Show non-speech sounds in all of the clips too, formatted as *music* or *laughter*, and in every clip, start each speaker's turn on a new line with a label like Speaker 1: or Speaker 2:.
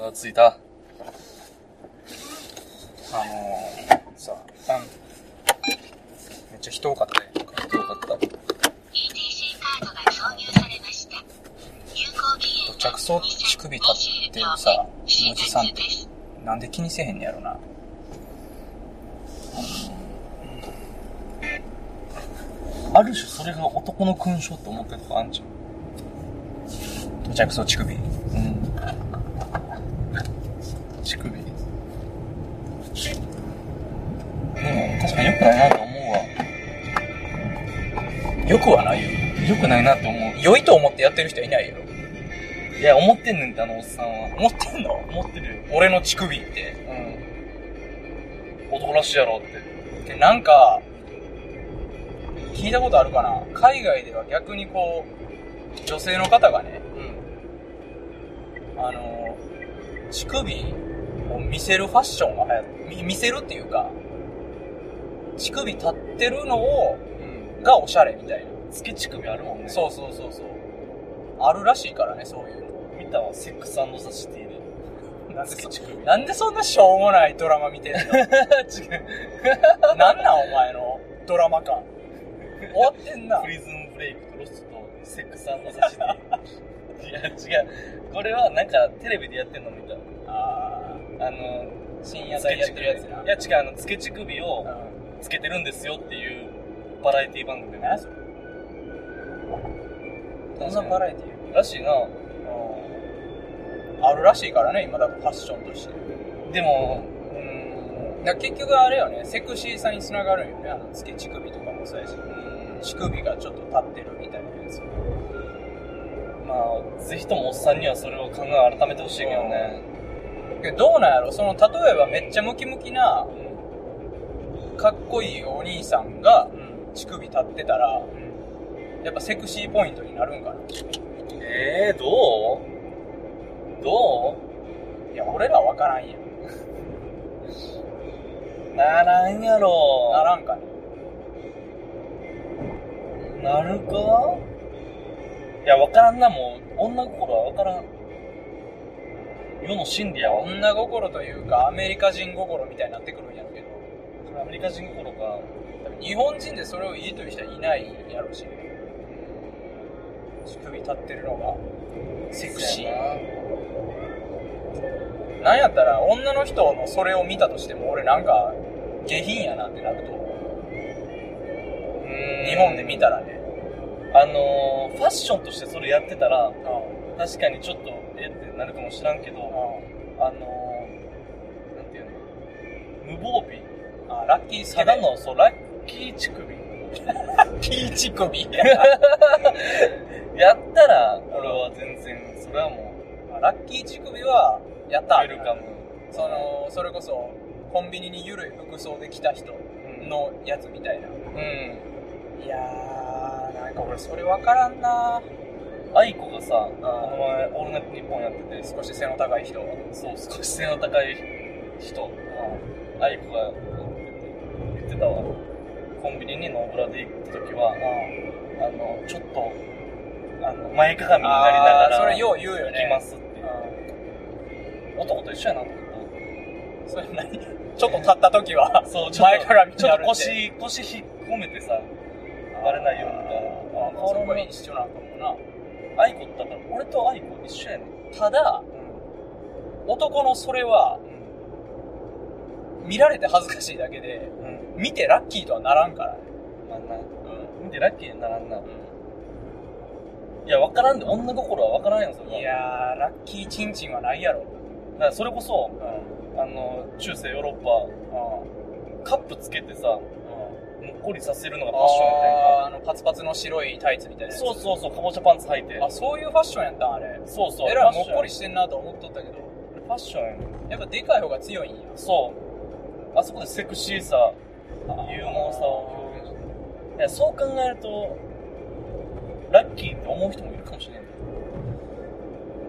Speaker 1: あー着いた。
Speaker 2: あのー、さ、あんめっちゃ人多かったね。
Speaker 1: よかった。
Speaker 3: ETC カードが挿入されました。有効期限
Speaker 2: 着想って乳首立ってるさ、おじさんって、なんで気にせえへんねやろな。
Speaker 1: ある種それが男の勲章って思ってるとこあんじゃん。
Speaker 2: 着想乳首。
Speaker 1: うん。乳首。でも、確かに良くないなと思うわ。
Speaker 2: よくはないよ。
Speaker 1: 良くないなって思
Speaker 2: 良いと思ってやってる人はいないよ。
Speaker 1: う。いや、思ってんねんって、あのおっさんは。
Speaker 2: 思ってんの
Speaker 1: 思ってるよ。
Speaker 2: 俺の乳首って。
Speaker 1: うん。男らしいやろって。
Speaker 2: で、なんか、聞いたことあるかな海外では逆にこう、女性の方がね、
Speaker 1: うん。
Speaker 2: あのー、乳首を見せるファッションが流行って、み見せるっていうか、乳首立ってるのを、
Speaker 1: うん。
Speaker 2: がおしゃれみたい
Speaker 1: 月乳首あるもんね。
Speaker 2: な。そうそうそうそう。あるらしいからね、そういうの。
Speaker 1: う。見たわ、セックスサシティで。
Speaker 2: なんで
Speaker 1: 月
Speaker 2: そ
Speaker 1: 乳首。
Speaker 2: なんでそんなしょうもないドラマ見てんの
Speaker 1: 違う。
Speaker 2: なんなんお前のドラマ感。終わってんな
Speaker 1: プ。リズンブレイクとロストとセックスサシティ。いや、違う。これはなんかテレビでやってんの見た。
Speaker 2: あ
Speaker 1: あの、
Speaker 2: ー深夜帯やってるやつな。
Speaker 1: やついや、違う、あの、つけ乳首を
Speaker 2: う
Speaker 1: つけてるんですよっていうバラエティ番組
Speaker 2: ん。
Speaker 1: な
Speaker 2: 何
Speaker 1: ん
Speaker 2: それ
Speaker 1: か
Speaker 2: そんなバラエティー
Speaker 1: らしいな。
Speaker 2: あるらしいからね、今だとファッションとして。
Speaker 1: でも、うーん、
Speaker 2: だから結局あれよね、セクシーさにつながるよね。あの、付け乳首とかもそうやし。乳首がちょっと立ってるみたいなやつ。
Speaker 1: まあ、ぜひともおっさんにはそれを考え改めてほしいけどね。
Speaker 2: けどどうなんやろその、例えばめっちゃムキムキな、かっこいいお兄さんが
Speaker 1: うん。
Speaker 2: 乳首立ってたら、
Speaker 1: うん。
Speaker 2: やっぱセクシーポイントになるんかな。
Speaker 1: えー、どうど
Speaker 2: いや、俺らわからんやん。
Speaker 1: うならんやろ。
Speaker 2: ならんかね。
Speaker 1: なるかいや、わからんな、もう。女心はわからん。世の真理やわ。
Speaker 2: 女心というか、アメリカ人心みたいになってくるんやろうけど、
Speaker 1: アメリカ人心か。
Speaker 2: 多分日本人でそれをいいという人はいないやろうし、乳首立ってるのが、セクシー。なんやったら、女の人のそれを見たとしても、俺なんか、下品やなってなると思う。日
Speaker 1: 日
Speaker 2: 本
Speaker 1: 本
Speaker 2: で
Speaker 1: で
Speaker 2: 見
Speaker 1: 見
Speaker 2: たらね。
Speaker 1: あのー、ファッションとしてそれやってたら、
Speaker 2: うん。
Speaker 1: 確かにちょっと、えってなるかもしらんけど、あのー、なんていうの無防備。
Speaker 2: あ、ラッキースケ
Speaker 1: た
Speaker 2: ベ
Speaker 1: だ。の、そう、ラッキー乳首。
Speaker 2: ピーチ首。
Speaker 1: *laughs* やったら、俺は全然、それはもう、
Speaker 2: ラッキー乳首は、やった。
Speaker 1: ウェルカム。
Speaker 2: その、それこそ、コンビニにゆるい服装で来た人
Speaker 1: うん。
Speaker 2: のやつみたいな。
Speaker 1: うん。
Speaker 2: いやー、なんか俺それわからんな
Speaker 1: アイコがさ、この前、オールナイトニッポンやってて、
Speaker 2: 少し背の高い人。
Speaker 1: そう、少し背の高い人、アイコが言ってたわ。コンビニにノーブラで行った時は、あの、ちょっと、あの、前かがみになりなが
Speaker 2: あー、
Speaker 1: ら、
Speaker 2: それ
Speaker 1: 行
Speaker 2: よう言うよね。
Speaker 1: きますって。
Speaker 2: う
Speaker 1: 男と一緒やなと思っ
Speaker 2: ん。それ何ちょっと立った時は
Speaker 1: た。、そう、ちょっと、
Speaker 2: 前から見
Speaker 1: ちょっと
Speaker 2: て
Speaker 1: 腰、腰引っ込めてさ、バレないようにみたいな。あー、
Speaker 2: あ、そ
Speaker 1: 変
Speaker 2: こ
Speaker 1: わ
Speaker 2: は
Speaker 1: ら
Speaker 2: 一緒なんかもな。
Speaker 1: な。アイコだから、俺とアイコ一緒やねん。
Speaker 2: ただ、男のそれは、見られて恥ずかしいだけで、
Speaker 1: うん。うん。
Speaker 2: 見てラッキーとはならんからね。
Speaker 1: まあな、
Speaker 2: うん。
Speaker 1: 見てラッキーにならんな。いや、わからんで、女心はわからんよ、それは。
Speaker 2: いやー、ラッキーチンチンはないやろ。
Speaker 1: だからそれこそ、
Speaker 2: うん。
Speaker 1: あの、中世ヨーロッパ、カップつけてさ、もっこりさせるのがフ
Speaker 2: あ
Speaker 1: ァッションやったやんか。
Speaker 2: ーあの、パツパツの白いタイツみたいなやつ。
Speaker 1: そうそうそう、かぼちゃパンツ履いて。
Speaker 2: あ、そういうファッションやったんあれ。
Speaker 1: そうそう。
Speaker 2: えらい
Speaker 1: フ
Speaker 2: も
Speaker 1: ァッ
Speaker 2: っ
Speaker 1: ション
Speaker 2: こりしてんなと思っとったけど、
Speaker 1: ファッションやねん
Speaker 2: やっぱでかい方が強いんや。
Speaker 1: そう。あそこでセクシーさ、有能さを表現して。いや、そう考えると、ラッキーって思う人もいるかもしれない。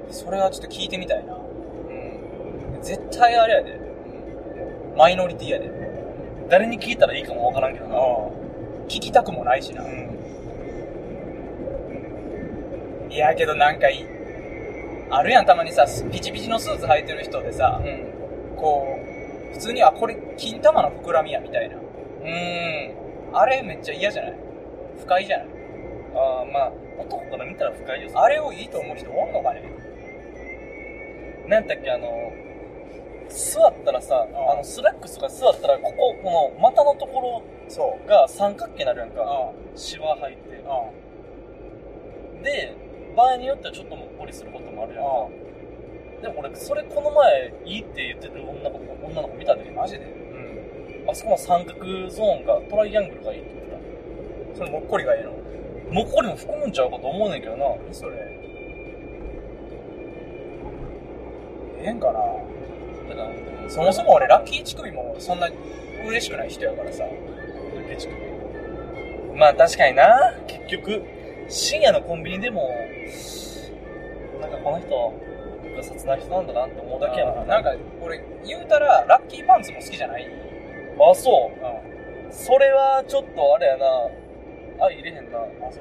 Speaker 2: それはちょっと聞いてみたいな。
Speaker 1: うん。
Speaker 2: 絶対あれやで。マイノリティやで。
Speaker 1: 誰に聞いたらいいかもわからんけどな。
Speaker 2: 聞きたくもないしな。
Speaker 1: うん。
Speaker 2: いやけどなんかいい。あるやん、たまにさ、ピチピチのスーツ履いてる人でさ
Speaker 1: う、ん
Speaker 2: こう、普通に、あ、これ、金玉の膨らみや、みたいな。
Speaker 1: うーん
Speaker 2: あれめっちゃ嫌じゃない不快じゃない
Speaker 1: ああまあ男から見たら不快よ
Speaker 2: あれをいいと思う人おんのかね
Speaker 1: なんだっけあの座ったらさ
Speaker 2: あ
Speaker 1: あのスラックスとか座ったらこここの股のとこ
Speaker 2: そう
Speaker 1: ろ。が三角形になるやん
Speaker 2: うん。
Speaker 1: か
Speaker 2: うん。
Speaker 1: シワ入ってで場合によってはちょっともっこりすることもあるやんかでも俺それこの前いいって言ってる女の子女の子見たで
Speaker 2: マジで
Speaker 1: あそこの三角ゾーンがトライアングルがいいって言ってた
Speaker 2: それもっこりがいいの
Speaker 1: もうこれも含むんちゃうかと思うねんけどな
Speaker 2: 何それええんかな
Speaker 1: だから
Speaker 2: そもそも俺ラッキー乳首もそんな嬉しくない人やからさ。
Speaker 1: 受け乳首まあ確かにな結局深夜のコンビニでもなんかこの人が雑な人なんだなって思うだけやな
Speaker 2: なんか俺言うたらラッキーパンツも好きじゃない。
Speaker 1: あそううん
Speaker 2: あ、
Speaker 1: それはちょっとあれやなあ入れへんな
Speaker 2: そ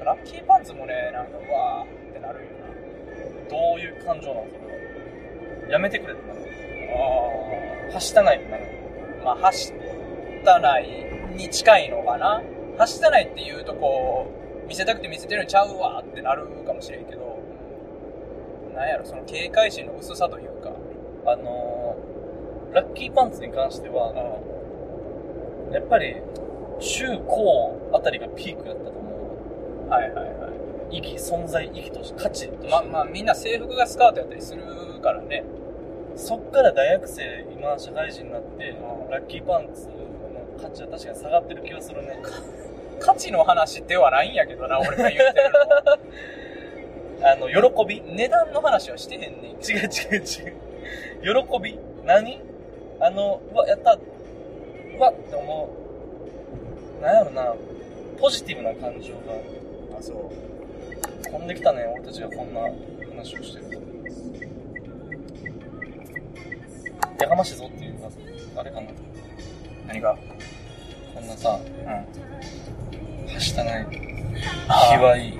Speaker 2: う。ラッキーパンツもね、なんかうわーってなるよな。
Speaker 1: どういう感情なのそれはやめてくれってなる
Speaker 2: あ
Speaker 1: はしたないってなる
Speaker 2: あ。まあ、はしたないに近いのかな。はしたないって言うとこう、見せたくて見せてるのちゃうわってなるかもしれんけど、なんやろ、その警戒心の薄さというか。
Speaker 1: あのー、ラッキーパンツに関しては、やっぱり中高あたりがピークやったと思
Speaker 2: はいはいはい。
Speaker 1: う意義存在意義として価値として、
Speaker 2: まあまあ、みんな制服がスカートやったりするからね。
Speaker 1: そっから大学生今社会人になって、
Speaker 2: うん
Speaker 1: ラッキーパンツの価値は確かに下がってる気がするね
Speaker 2: 価値の話ではないんやけどな、俺が言うてる
Speaker 1: *laughs* あの喜び違
Speaker 2: の。値段の話はして *laughs* へんねんけど。
Speaker 1: う違う違う喜び何あのうわやったうわって思うなんやろなポジティブな感情が
Speaker 2: あ、そう。
Speaker 1: 飛んできたね俺たちがこんな話をしてるとやかましいぞっていうかあれかな
Speaker 2: 何が
Speaker 1: こんなさ
Speaker 2: うん。卑
Speaker 1: はしたない卑猥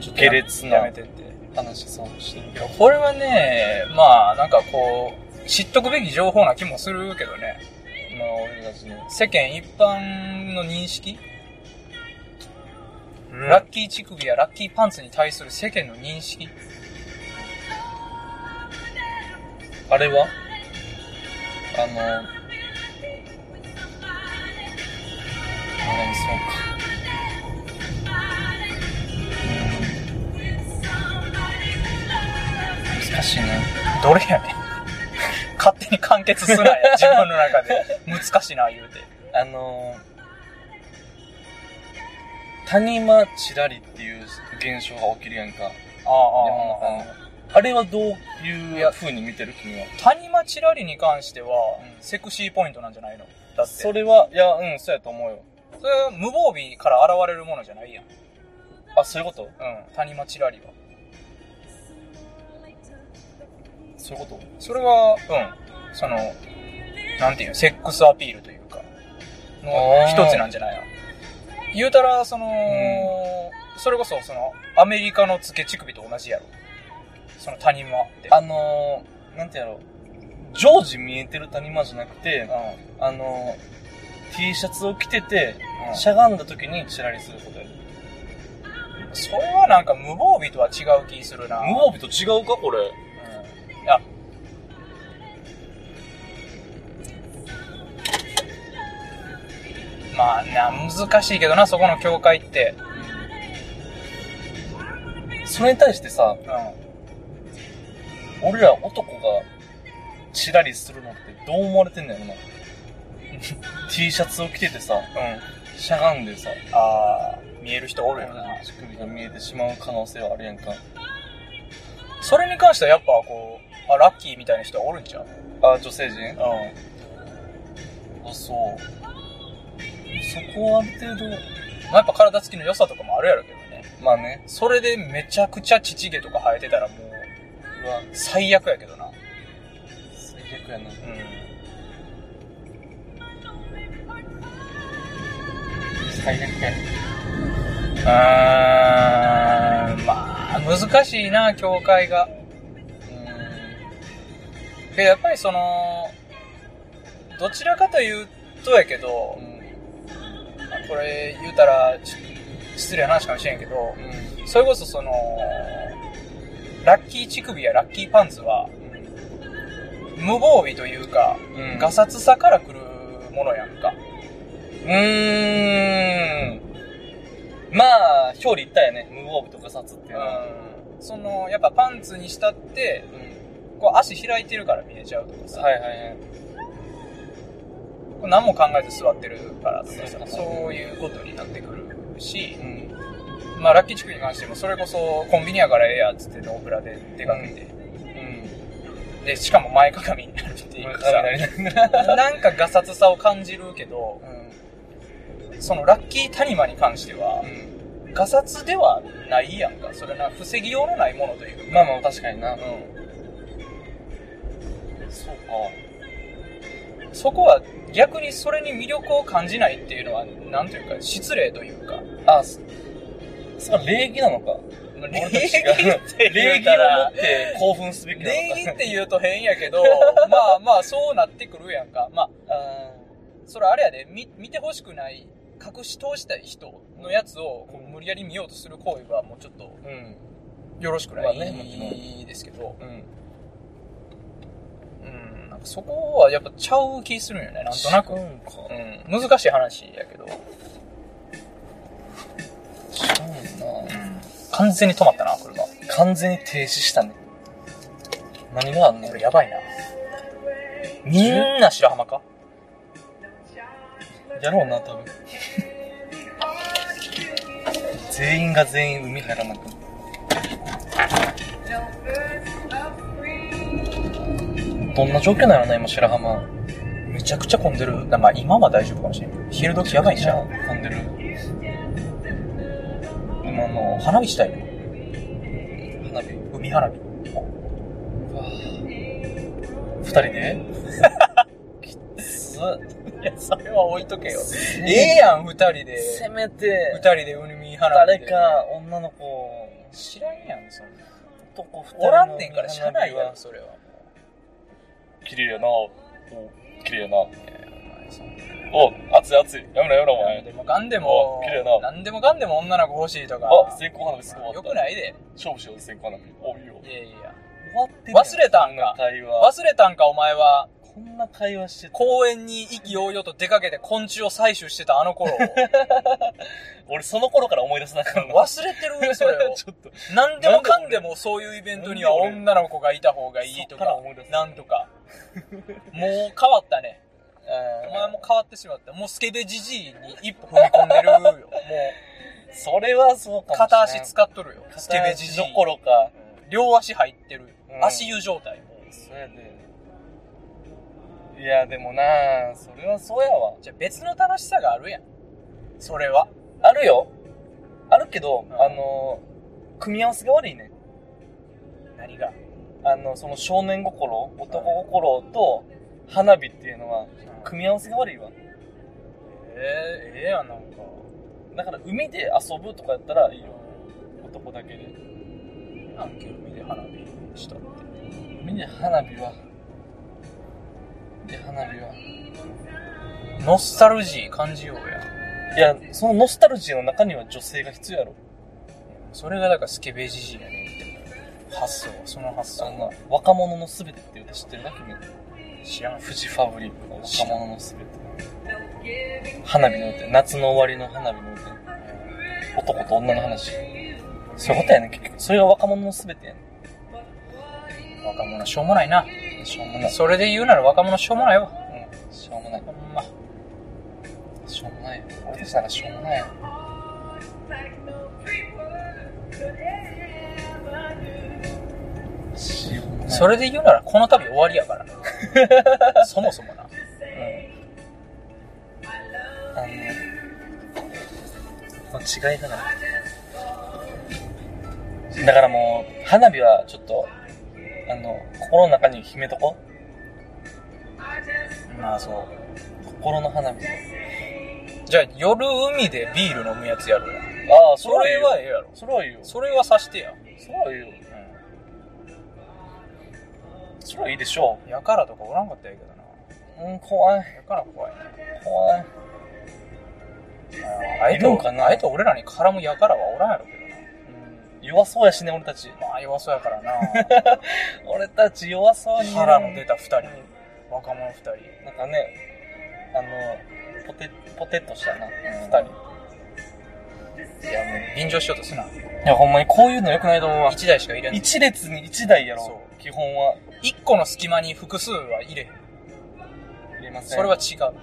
Speaker 2: ちょっと
Speaker 1: 下劣
Speaker 2: やめ
Speaker 1: な
Speaker 2: てって。
Speaker 1: 話そうしてる
Speaker 2: いや、これはね、まあ、なんかこう、知っとくべき情報な気もするけどね。
Speaker 1: まあ俺たちの
Speaker 2: 世間一般の認識、ラ
Speaker 1: ラ
Speaker 2: ッキー乳首やラッキーパンツに対する世間の認識
Speaker 1: あれはあのあれそうか難しいね
Speaker 2: どれやねん。勝手に完結すなよ、 *laughs* 自分の中で。難しいな、言うて。
Speaker 1: あの谷間ちらりっていう現象が起きるやんか
Speaker 2: ああ
Speaker 1: 山の
Speaker 2: ああ
Speaker 1: 中のあれはどういう風に見てる君は
Speaker 2: 谷町ラリに関しては、
Speaker 1: うん
Speaker 2: セクシーポイントなんじゃないのだって。
Speaker 1: それはいやうんそうやと思うよ
Speaker 2: それは無防備から現れるものじゃないやん。
Speaker 1: あそういうこと
Speaker 2: うん、谷町ラリは。
Speaker 1: そういうこと
Speaker 2: それは、うん、その、なんていうの、セックスアピールというか、の
Speaker 1: あー
Speaker 2: 一つなんじゃないの言うたら、その、それこそ、その、アメリカの付け乳首と同じやろ。その谷間って。
Speaker 1: あのー、なんてやろう。常時見えてる谷間じゃなくて
Speaker 2: う、ん、
Speaker 1: あのー、T シャツを着てて、
Speaker 2: うん
Speaker 1: しゃがんだ時にチラリすることやる。
Speaker 2: それはなんか無防備とは違う気するな。
Speaker 1: 無防備と違うかこれ。
Speaker 2: うんいや。まあな、難しいけどな、そこの境界って。
Speaker 1: それに対してさ、
Speaker 2: うん。あ
Speaker 1: 俺ら男がチラリするのってどう思われてんの *laughs* やろな。T シャツを着ててさ、しゃがんでさ、
Speaker 2: あー、見える人おる
Speaker 1: 俺
Speaker 2: よ
Speaker 1: ら
Speaker 2: な。
Speaker 1: の乳首が見えてしまう可能性はあるやんか。
Speaker 2: それに関してはやっぱこう、あ、ラッキーみたいな人はおるんちゃう
Speaker 1: あ、女性陣
Speaker 2: う
Speaker 1: あ、そう。そこはある程度、
Speaker 2: ん。やっぱ体つきの良さとかもあるやろけどね。
Speaker 1: まあね、
Speaker 2: それでめちゃくちゃ乳毛とか生えてたらもう、
Speaker 1: うわ、
Speaker 2: 最悪やけどな。
Speaker 1: 最悪やな。
Speaker 2: うん。
Speaker 1: 最悪や。
Speaker 2: うーん、まあ、難しいな、境界が。でやっぱりそのどちらかというとやけど、まあこれ言うたらし失礼な話かもしれんけど、それこそそのラッキー乳首やラッキーパンツは無防備というか、
Speaker 1: うん
Speaker 2: がさつさから来るものやんか
Speaker 1: うーん。まあ、表裏一体やね。無防備とか札っていうのは。
Speaker 2: そのやっぱパンツにしたって
Speaker 1: うん。
Speaker 2: こう足開いてるから見えちゃうとかさ、
Speaker 1: はいはいはい。
Speaker 2: こう何も考えず座ってるからとか
Speaker 1: そう
Speaker 2: さ
Speaker 1: そう
Speaker 2: そういうことになってくるし
Speaker 1: う、ん。
Speaker 2: まあ、ラッキー地区に関してもそれこそコンビニやからええやっつってノーブラで出かけて、
Speaker 1: うん。
Speaker 2: でしかも前かがみになるっていうかさ
Speaker 1: なりながら。
Speaker 2: なんかガサツさを感じるけど
Speaker 1: うん。
Speaker 2: そのラッキー谷間に関してはガサツではないやんかそれな防ぎようのないものという
Speaker 1: まあまあ、確かにな。そうか。
Speaker 2: そこは逆にそれに魅力を感じないっていうのはなんというか失礼というか
Speaker 1: あ、そ、それは礼儀なのか。
Speaker 2: 礼儀
Speaker 1: 俺たちが
Speaker 2: って
Speaker 1: 礼
Speaker 2: 言う
Speaker 1: 儀を持
Speaker 2: たら
Speaker 1: って興奮すべきなのか。
Speaker 2: *laughs* 礼儀って言うと変やけ *laughs* どまあまあそうなってくるやんかまあ
Speaker 1: あ
Speaker 2: それあれやで見見てほしくない隠し通したい人のやつをこう無理やり見ようとする行為はもうちょっと
Speaker 1: ーうん。
Speaker 2: よろしくな
Speaker 1: まあ
Speaker 2: い、
Speaker 1: ねもちろん
Speaker 2: ですけど、
Speaker 1: うん。
Speaker 2: うん、なんかそこはやっぱちゃう気するんよねなんとなく、
Speaker 1: う
Speaker 2: うん
Speaker 1: か。
Speaker 2: ん、難しい話やけど、
Speaker 1: うんな。
Speaker 2: 完全に止まったな車こ
Speaker 1: 完全に停止したね。何があんの
Speaker 2: れやばいなみんな白浜か
Speaker 1: やろうな、多分。全員が全員海入らなくなるどんな状況なのな、今、白浜。
Speaker 2: めちゃくちゃ混んでるなまあ今は大丈夫かもしれんけど昼時やばいんじゃん。
Speaker 1: 混んでる。でもあの、
Speaker 2: 花火したいね
Speaker 1: 花火。
Speaker 2: 海花火
Speaker 1: 二人できつ。
Speaker 2: いやそれは置いとけよええ
Speaker 1: え
Speaker 2: やん二人で
Speaker 1: せめ
Speaker 2: 二
Speaker 1: て、
Speaker 2: 人で海花火
Speaker 1: 誰
Speaker 2: で
Speaker 1: か女の子、
Speaker 2: 知らんやんそんな
Speaker 1: 男二人の
Speaker 2: おらんねんから車内
Speaker 1: 花火
Speaker 2: やんそれは
Speaker 1: 綺麗やな。お綺麗やな。
Speaker 2: そ
Speaker 1: お熱い熱い。やめろやめろ、お
Speaker 2: なん
Speaker 1: 前。
Speaker 2: でもかんで
Speaker 1: お
Speaker 2: も
Speaker 1: 綺麗やな
Speaker 2: なんでもかんでも女の子欲しいとか
Speaker 1: あ、線香花火すごかった。
Speaker 2: よくないで
Speaker 1: 勝負しよう、線香花火。おいいよ
Speaker 2: い。やいや
Speaker 1: 終わって
Speaker 2: 忘れたんか
Speaker 1: こな会話。
Speaker 2: 忘れたんかお前は
Speaker 1: こんな会話してた。
Speaker 2: 公園に意気揚々と出かけて昆虫を採取してたあ
Speaker 1: *laughs*
Speaker 2: の頃を
Speaker 1: 俺その頃から思い出せなかった。
Speaker 2: 忘れてる上それを
Speaker 1: ちょっと。
Speaker 2: 何でもかんでもそういうイベントには
Speaker 1: なんで俺
Speaker 2: 女の子がいた方がいい
Speaker 1: そ
Speaker 2: と
Speaker 1: っから
Speaker 2: か
Speaker 1: 思い出す
Speaker 2: なんとかもう変わったねお
Speaker 1: お
Speaker 2: 前も変わってしまったもうスケベじじいに一歩踏み込んでるよもう
Speaker 1: それはそうかもしれん
Speaker 2: 片足使っとるよスケ
Speaker 1: 片
Speaker 2: ベ
Speaker 1: 足
Speaker 2: じじい
Speaker 1: どころか。
Speaker 2: 両足入ってる、
Speaker 1: うん
Speaker 2: 足湯状態
Speaker 1: そうやで。いや、でもなあそれはそうやわ。
Speaker 2: じゃあ別の楽しさがあるやんそれは
Speaker 1: あるよ。あるけど、
Speaker 2: うん
Speaker 1: あの、組み合わせが悪いね。
Speaker 2: 何が
Speaker 1: あの、その少年心、男心と花火っていうのは、組み合わせが悪いわ。
Speaker 2: ええええやんなんか
Speaker 1: だから海で遊ぶとかやったらいいよ。男だけで。
Speaker 2: なんか海で花火したって
Speaker 1: 海で花火は。で、花火は。
Speaker 2: ノスタルジー感じようや
Speaker 1: いや、そのノスタルジーの中には女性が必要やろ。
Speaker 2: それがだからスケベじじいやねんって発想その発想
Speaker 1: そんな
Speaker 2: が、
Speaker 1: 若者のすべてって歌知ってるな、君。
Speaker 2: 知らん
Speaker 1: 富士ファブリックの若者のすべて。花火の歌。夏の終わりの花火の歌。男と女の話。そういうことやね、結局。それが若者のすべてやね。
Speaker 2: 若者しょうもないな
Speaker 1: しょうもない。
Speaker 2: それで言うなら若者しょうもないわ
Speaker 1: うん、しょうもない。
Speaker 2: ほんま
Speaker 1: しょうもないよ。俺たちなんかしょうもないよ。しょうもない。
Speaker 2: それで言うならこの旅終わりやからなそもそもな
Speaker 1: あのね、この違いだな。だからもう、花火はちょっと、あの、心の中に秘めとこ
Speaker 2: まあそう
Speaker 1: 心の花火。
Speaker 2: じゃあ夜海でビール飲むやつやるや
Speaker 1: ああ、
Speaker 2: それは
Speaker 1: え
Speaker 2: ええやろ
Speaker 1: え。それはいいよ。
Speaker 2: それはさしてや
Speaker 1: それはいいよ。それはいいでしょ
Speaker 2: やからとかおらんかったんやけどな。
Speaker 1: う。うん、怖い、
Speaker 2: やから怖いね。
Speaker 1: 怖い。
Speaker 2: あ *laughs*
Speaker 1: い
Speaker 2: えて
Speaker 1: るんかな
Speaker 2: あえて俺らに絡むやからはおらんやろけど
Speaker 1: うん、弱そうやしね、俺たち。
Speaker 2: な。まあ弱そうやからな。
Speaker 1: 俺たち弱そうに。
Speaker 2: 腹の出た二人、
Speaker 1: う
Speaker 2: 若者二人。
Speaker 1: んなんかね、あの、ポテ、ポテッとしたな、二人。
Speaker 2: いやもう、便乗しようとすな。
Speaker 1: いや、ほんまにこういうの良くないと思うわ。
Speaker 2: 一台しか入れんの。
Speaker 1: 一列に一台やろ。
Speaker 2: そう
Speaker 1: 基本は
Speaker 2: 一個の隙間に複数は入れへん。
Speaker 1: 入れません。
Speaker 2: それは違う。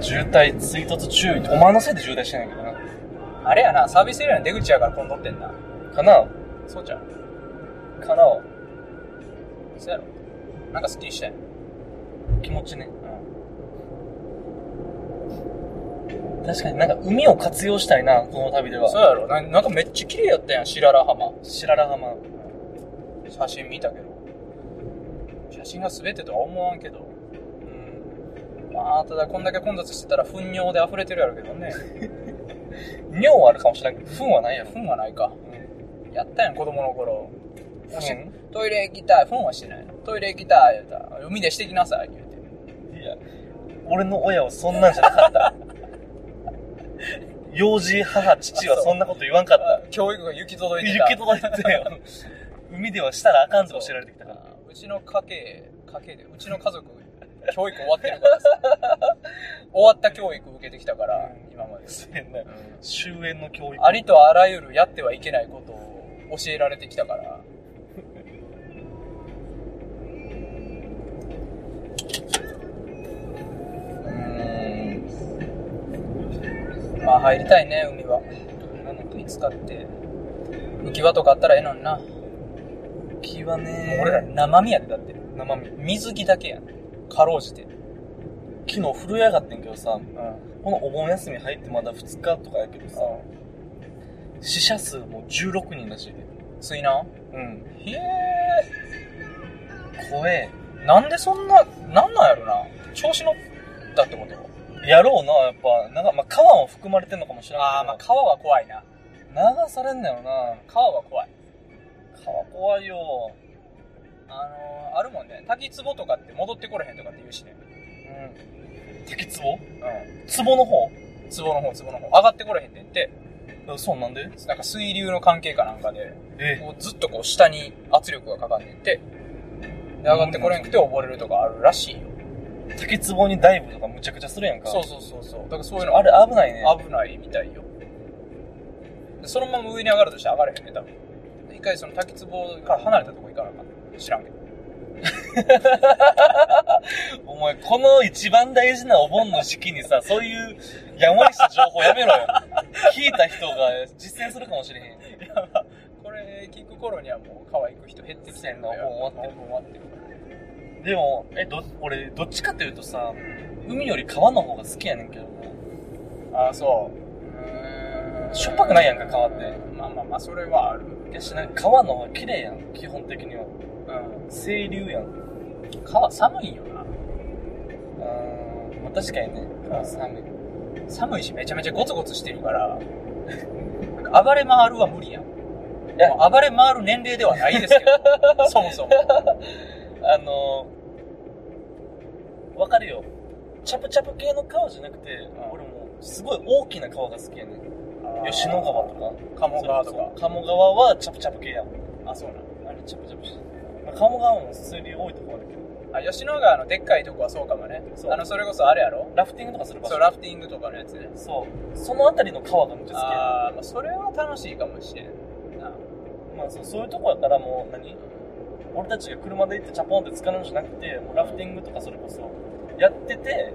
Speaker 1: 渋滞追突注意ってお前のせいで渋滞してないけどな。
Speaker 2: あれやな、サービスエリアの出口やから混んどってんな。
Speaker 1: かな
Speaker 2: そうじゃん。
Speaker 1: かな
Speaker 2: そうやろ。なんかスッキリしたい。
Speaker 1: 気持ちね。確かになんか海を活用したいな、この旅では。
Speaker 2: そうやろな。なんかめっちゃ綺麗やったやん、白良浜。
Speaker 1: 白良浜。
Speaker 2: 写真見たけど。写真が全てとは思わんけど。うん。まあ、ただこんだけ混雑してたら糞尿で溢れてるやろけどね。
Speaker 1: 尿はあるかもしれんけど、糞はないやろ。
Speaker 2: 糞はないか。やったやん、子供の頃。
Speaker 1: うん
Speaker 2: しトイレ行きたい。糞はしてない。トイレ行きたい。言うたら、海でしてきなさい。言うて。
Speaker 1: いや、俺の親はそんなんじゃなかった。幼児母、父はそんなこと言わんかった。
Speaker 2: 教育が行き届いて
Speaker 1: 行
Speaker 2: た。
Speaker 1: き届いてたよ。海ではしたらあかんと教えられてきたから。
Speaker 2: うちの家計家計でうちの家族教育終わってる *laughs* からさ終わった教育受けてきたから今まで、
Speaker 1: そうやんな終焉の教育。
Speaker 2: ありとあらゆるやってはいけないことを教えられてきたから
Speaker 1: うーん。
Speaker 2: まあ入りたいね海は見つかって浮き輪とかあったらええのにな、もう
Speaker 1: 気はね、
Speaker 2: 俺ら生身やでだって
Speaker 1: 生身。
Speaker 2: 水着だけやんかろうじて、
Speaker 1: 昨日震えやがってんけどさ、
Speaker 2: うんうん
Speaker 1: このお盆休み入ってまだ2日とかやけどさ、死者数も16人らしいで。
Speaker 2: 水難
Speaker 1: うん。
Speaker 2: へえ
Speaker 1: 怖え。
Speaker 2: なんでそんななんなんやろな調子乗ったってこと
Speaker 1: やろうな、やっぱ。なんか、まあ、川も含まれてんのかもしれない
Speaker 2: ああまあ川は怖いな
Speaker 1: 流されんだよな。
Speaker 2: 川は怖い
Speaker 1: 川怖いよ。
Speaker 2: あのー、あるもんね滝壺とかって戻ってこれへんとかって言うしね
Speaker 1: うん。滝壺
Speaker 2: う
Speaker 1: 壺の方
Speaker 2: ん壺の方壺の方上がってこれへんって言って
Speaker 1: そうなんで
Speaker 2: なんか水流の関係かなんかで
Speaker 1: え
Speaker 2: こうずっとこう下に圧力がかかんでってで上がってこれへんくて溺れるとかあるらしいよ
Speaker 1: 滝壺にダイブとかむちゃくちゃするやんか。
Speaker 2: そうそうそうそうだからそういうの
Speaker 1: あれ危ないね。
Speaker 2: 危ないみたいよでそのまま上に上がるとして上がれへんね多分で一回その滝壺から離れたとこ行かなあかった知らんけど
Speaker 1: *laughs* お前、この一番大事なお盆の時期に *laughs* さ、そういうやまりした情報やめろよ。聞いた人が実践するかもしれへん。
Speaker 2: *laughs* これ聞く頃にはもう川行く人減ってきてん
Speaker 1: も
Speaker 2: の
Speaker 1: う終わって
Speaker 2: るもう終わってるから
Speaker 1: でも、え、ど、俺、どっちかというとさ、海より川の方が好きやねんけどな。
Speaker 2: ああそう
Speaker 1: しょっぱくないやんか川って
Speaker 2: まあまあまあそれはある
Speaker 1: いやしなんか川の方が綺麗やん、基本的には。
Speaker 2: う
Speaker 1: 清流やん。う
Speaker 2: うん川寒いよな
Speaker 1: ーん、まあ、確かにね、川寒い。
Speaker 2: 寒いしめちゃめちゃゴツゴツしてるから *laughs* なんか暴れ回るは無理やん
Speaker 1: いや
Speaker 2: もう暴れ回る年齢ではないですけ *laughs* どそもそも
Speaker 1: あのー、わかるよ。チャプチャプ系の川じゃなくて、
Speaker 2: ん
Speaker 1: 俺もすごい大きな川が好きやねん。吉野川とか。
Speaker 2: 鴨川
Speaker 1: そ
Speaker 2: とか
Speaker 1: うそう鴨川はチャプチャプ系やん。
Speaker 2: あそうな
Speaker 1: あれチャプチャプしてる。まあ、鴨川も水流多いとこあるけど。
Speaker 2: あ吉野川のでっかいとこはそうかもね
Speaker 1: そう
Speaker 2: あのそれこそあれやろ
Speaker 1: ラフティングとかする場所。
Speaker 2: そうラフティングとかのやつね
Speaker 1: そう。そのあたりの川がめっちゃ好きやねん。
Speaker 2: あー、まあそれは楽しいかもしれんな
Speaker 1: まあそうそういうとこやからもう何俺たちが車で行ってチャポンって使うのじゃなくてもうラフティングとかそれこそやってて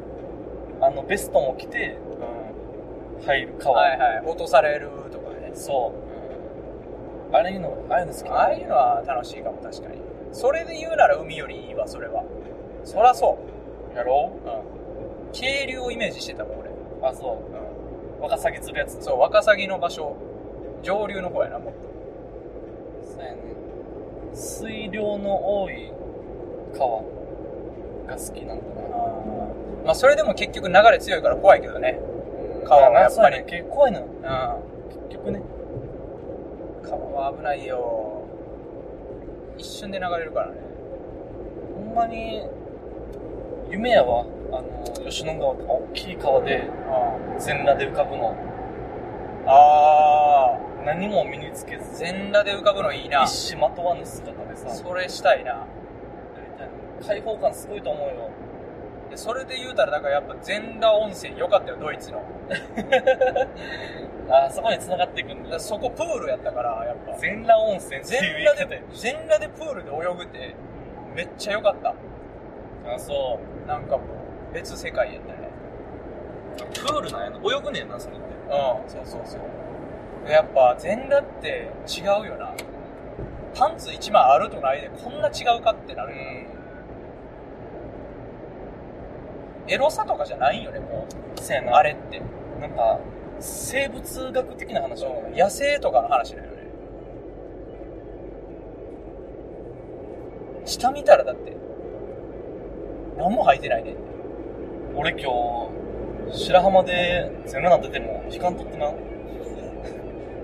Speaker 1: あのベストも着て入る川、
Speaker 2: はいはい落とされるとかね
Speaker 1: そうあれいうのああいうの好き
Speaker 2: ああいうのは楽しいかも確かにそれで言うなら海よりいいわそれはそらそ
Speaker 1: やろ
Speaker 2: う、渓流をイメージしてたもん俺、
Speaker 1: うあそうワカサギ釣るやつ
Speaker 2: そうワカサギの場所上流の方やなもっ
Speaker 1: そうやね水量の多い川が好きなんだな
Speaker 2: とまあそれでも結局流れ強いから怖いけどね川は
Speaker 1: ま
Speaker 2: やっぱり
Speaker 1: あそうやね結構怖いのよ
Speaker 2: うん
Speaker 1: 結局ね
Speaker 2: 川は危ないよ一瞬で流れるからね
Speaker 1: ほんまに夢やわあの吉野川とか大きい川で全裸で浮かぶの
Speaker 2: ああ
Speaker 1: 何も身につけず
Speaker 2: 全裸で浮かぶのいいな
Speaker 1: 一糸まとわぬ姿でさや
Speaker 2: それしたいな
Speaker 1: りたいな開放感すごいと思うよ
Speaker 2: でそれで言うたらだからやっぱ全裸温泉良かったよドイツの
Speaker 1: あそこに繋がっていくん
Speaker 2: だから
Speaker 1: だ
Speaker 2: そこプールやったからやっぱ
Speaker 1: 全裸温泉って
Speaker 2: 全
Speaker 1: いう
Speaker 2: 裸
Speaker 1: 言い
Speaker 2: で全裸でプールで泳ぐってめっちゃ良かった
Speaker 1: 方やあそ
Speaker 2: なんかもう別世界やったね
Speaker 1: うプールなんやな泳ぐねんなそれって
Speaker 2: うんそうそうそうやっぱ全裸って違うよなパンツ1枚あるとないでこんな違うかってなるよな、エロさとかじゃないんよねも
Speaker 1: せや
Speaker 2: う
Speaker 1: な
Speaker 2: あれって
Speaker 1: なんか生物学的な話だね
Speaker 2: 野生とかの話だよね下見たらだって何も履いてないね
Speaker 1: 俺今日白浜で全裸なんてても時間取ってな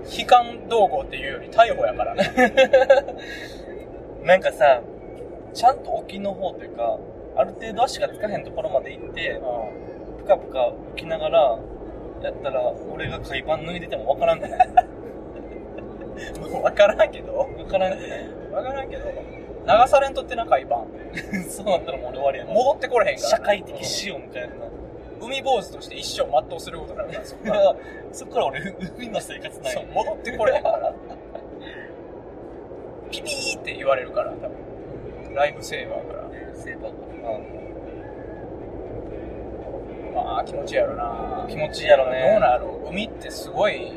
Speaker 2: 非官同行っていうより逮捕やからね
Speaker 1: *laughs* なんかさちゃんと沖の方というかある程度足がつかへんところまで行ってぷかぷか浮きながらやったら俺が海パン脱いでてもわからんくない
Speaker 2: *laughs* 分からんけど
Speaker 1: わからんくない
Speaker 2: 分からんけど流されんとってな海 *laughs* パン
Speaker 1: そうなったらもう俺終わりやな
Speaker 2: 戻ってこれへんから
Speaker 1: 社会的死を迎えるな
Speaker 2: 海坊主として一生全うすることになるからそこか
Speaker 1: *laughs*
Speaker 2: ら
Speaker 1: そっから俺海の生活ない
Speaker 2: そう戻ってこれへんからピピーって言われるから多分ライフセーバーから
Speaker 1: セーバー
Speaker 2: まあ気持ちいいやろな
Speaker 1: 気持ちいいやろね
Speaker 2: どうなんやろ海ってすごい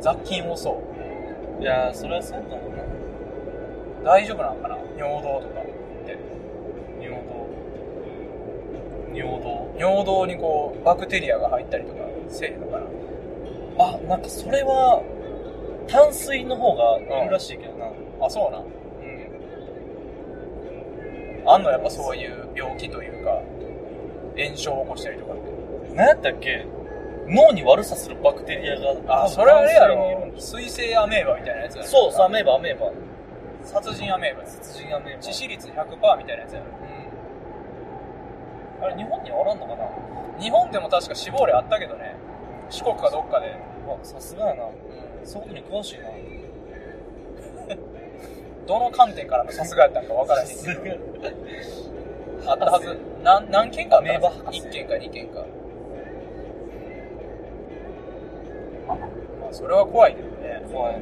Speaker 2: 雑菌多そ
Speaker 1: いやーそれはそうだもんな
Speaker 2: う大丈夫なんかな尿道とかって
Speaker 1: 尿道尿道
Speaker 2: 尿道にこうバクテリアが入ったりとかせえへんのかな
Speaker 1: あなんかそれは淡水の方がいるらしいけどな
Speaker 2: あそうなん
Speaker 1: うん
Speaker 2: あんのやっぱそういう病気というか炎症を起こしたりとかって
Speaker 1: 何やったっけ脳に悪さするバクテリアが
Speaker 2: あそれあれや
Speaker 1: 淡水にいるん
Speaker 2: ろ
Speaker 1: でし
Speaker 2: 水性アメーバみたいなやつや
Speaker 1: ょ
Speaker 2: ろ
Speaker 1: そうそうアメーバアメーバ
Speaker 2: 殺人アメーバです
Speaker 1: 殺人アメーバ
Speaker 2: 致死率100%みたいなやつやろ
Speaker 1: あれ日本にはおらんのかな
Speaker 2: 日本でも確か死亡例あったけどね四国かどっかで、
Speaker 1: あさすがやなそういうことに詳しいな
Speaker 2: どの観点からのさすがやったんか分からへんけど
Speaker 1: さすが
Speaker 2: あったはず。何、何件かあった
Speaker 1: 名馬博士
Speaker 2: ?1 件か2件か。まあ、それは怖いけどね。
Speaker 1: 怖い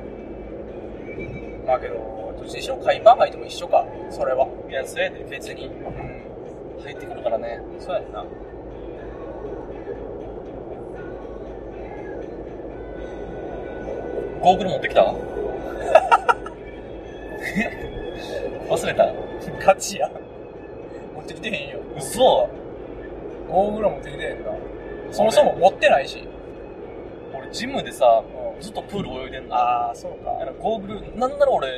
Speaker 2: まあけど、どっちにしろ海パンがいても一緒か。それは。
Speaker 1: いやそれやで別に
Speaker 2: うん。
Speaker 1: 入ってくるからね
Speaker 2: そうやんな。
Speaker 1: ゴーグル持ってき
Speaker 2: *laughs*
Speaker 1: た忘れた
Speaker 2: ガチやん。持ってきてへんよ。
Speaker 1: 嘘
Speaker 2: ゴーグル持ってきてへんな。そもそも持ってないし。
Speaker 1: 俺ジムでさ
Speaker 2: う
Speaker 1: ずっとプール泳いでんの
Speaker 2: ああ、そう
Speaker 1: あ
Speaker 2: か。 *laughs*
Speaker 1: のゴーグルなんなら俺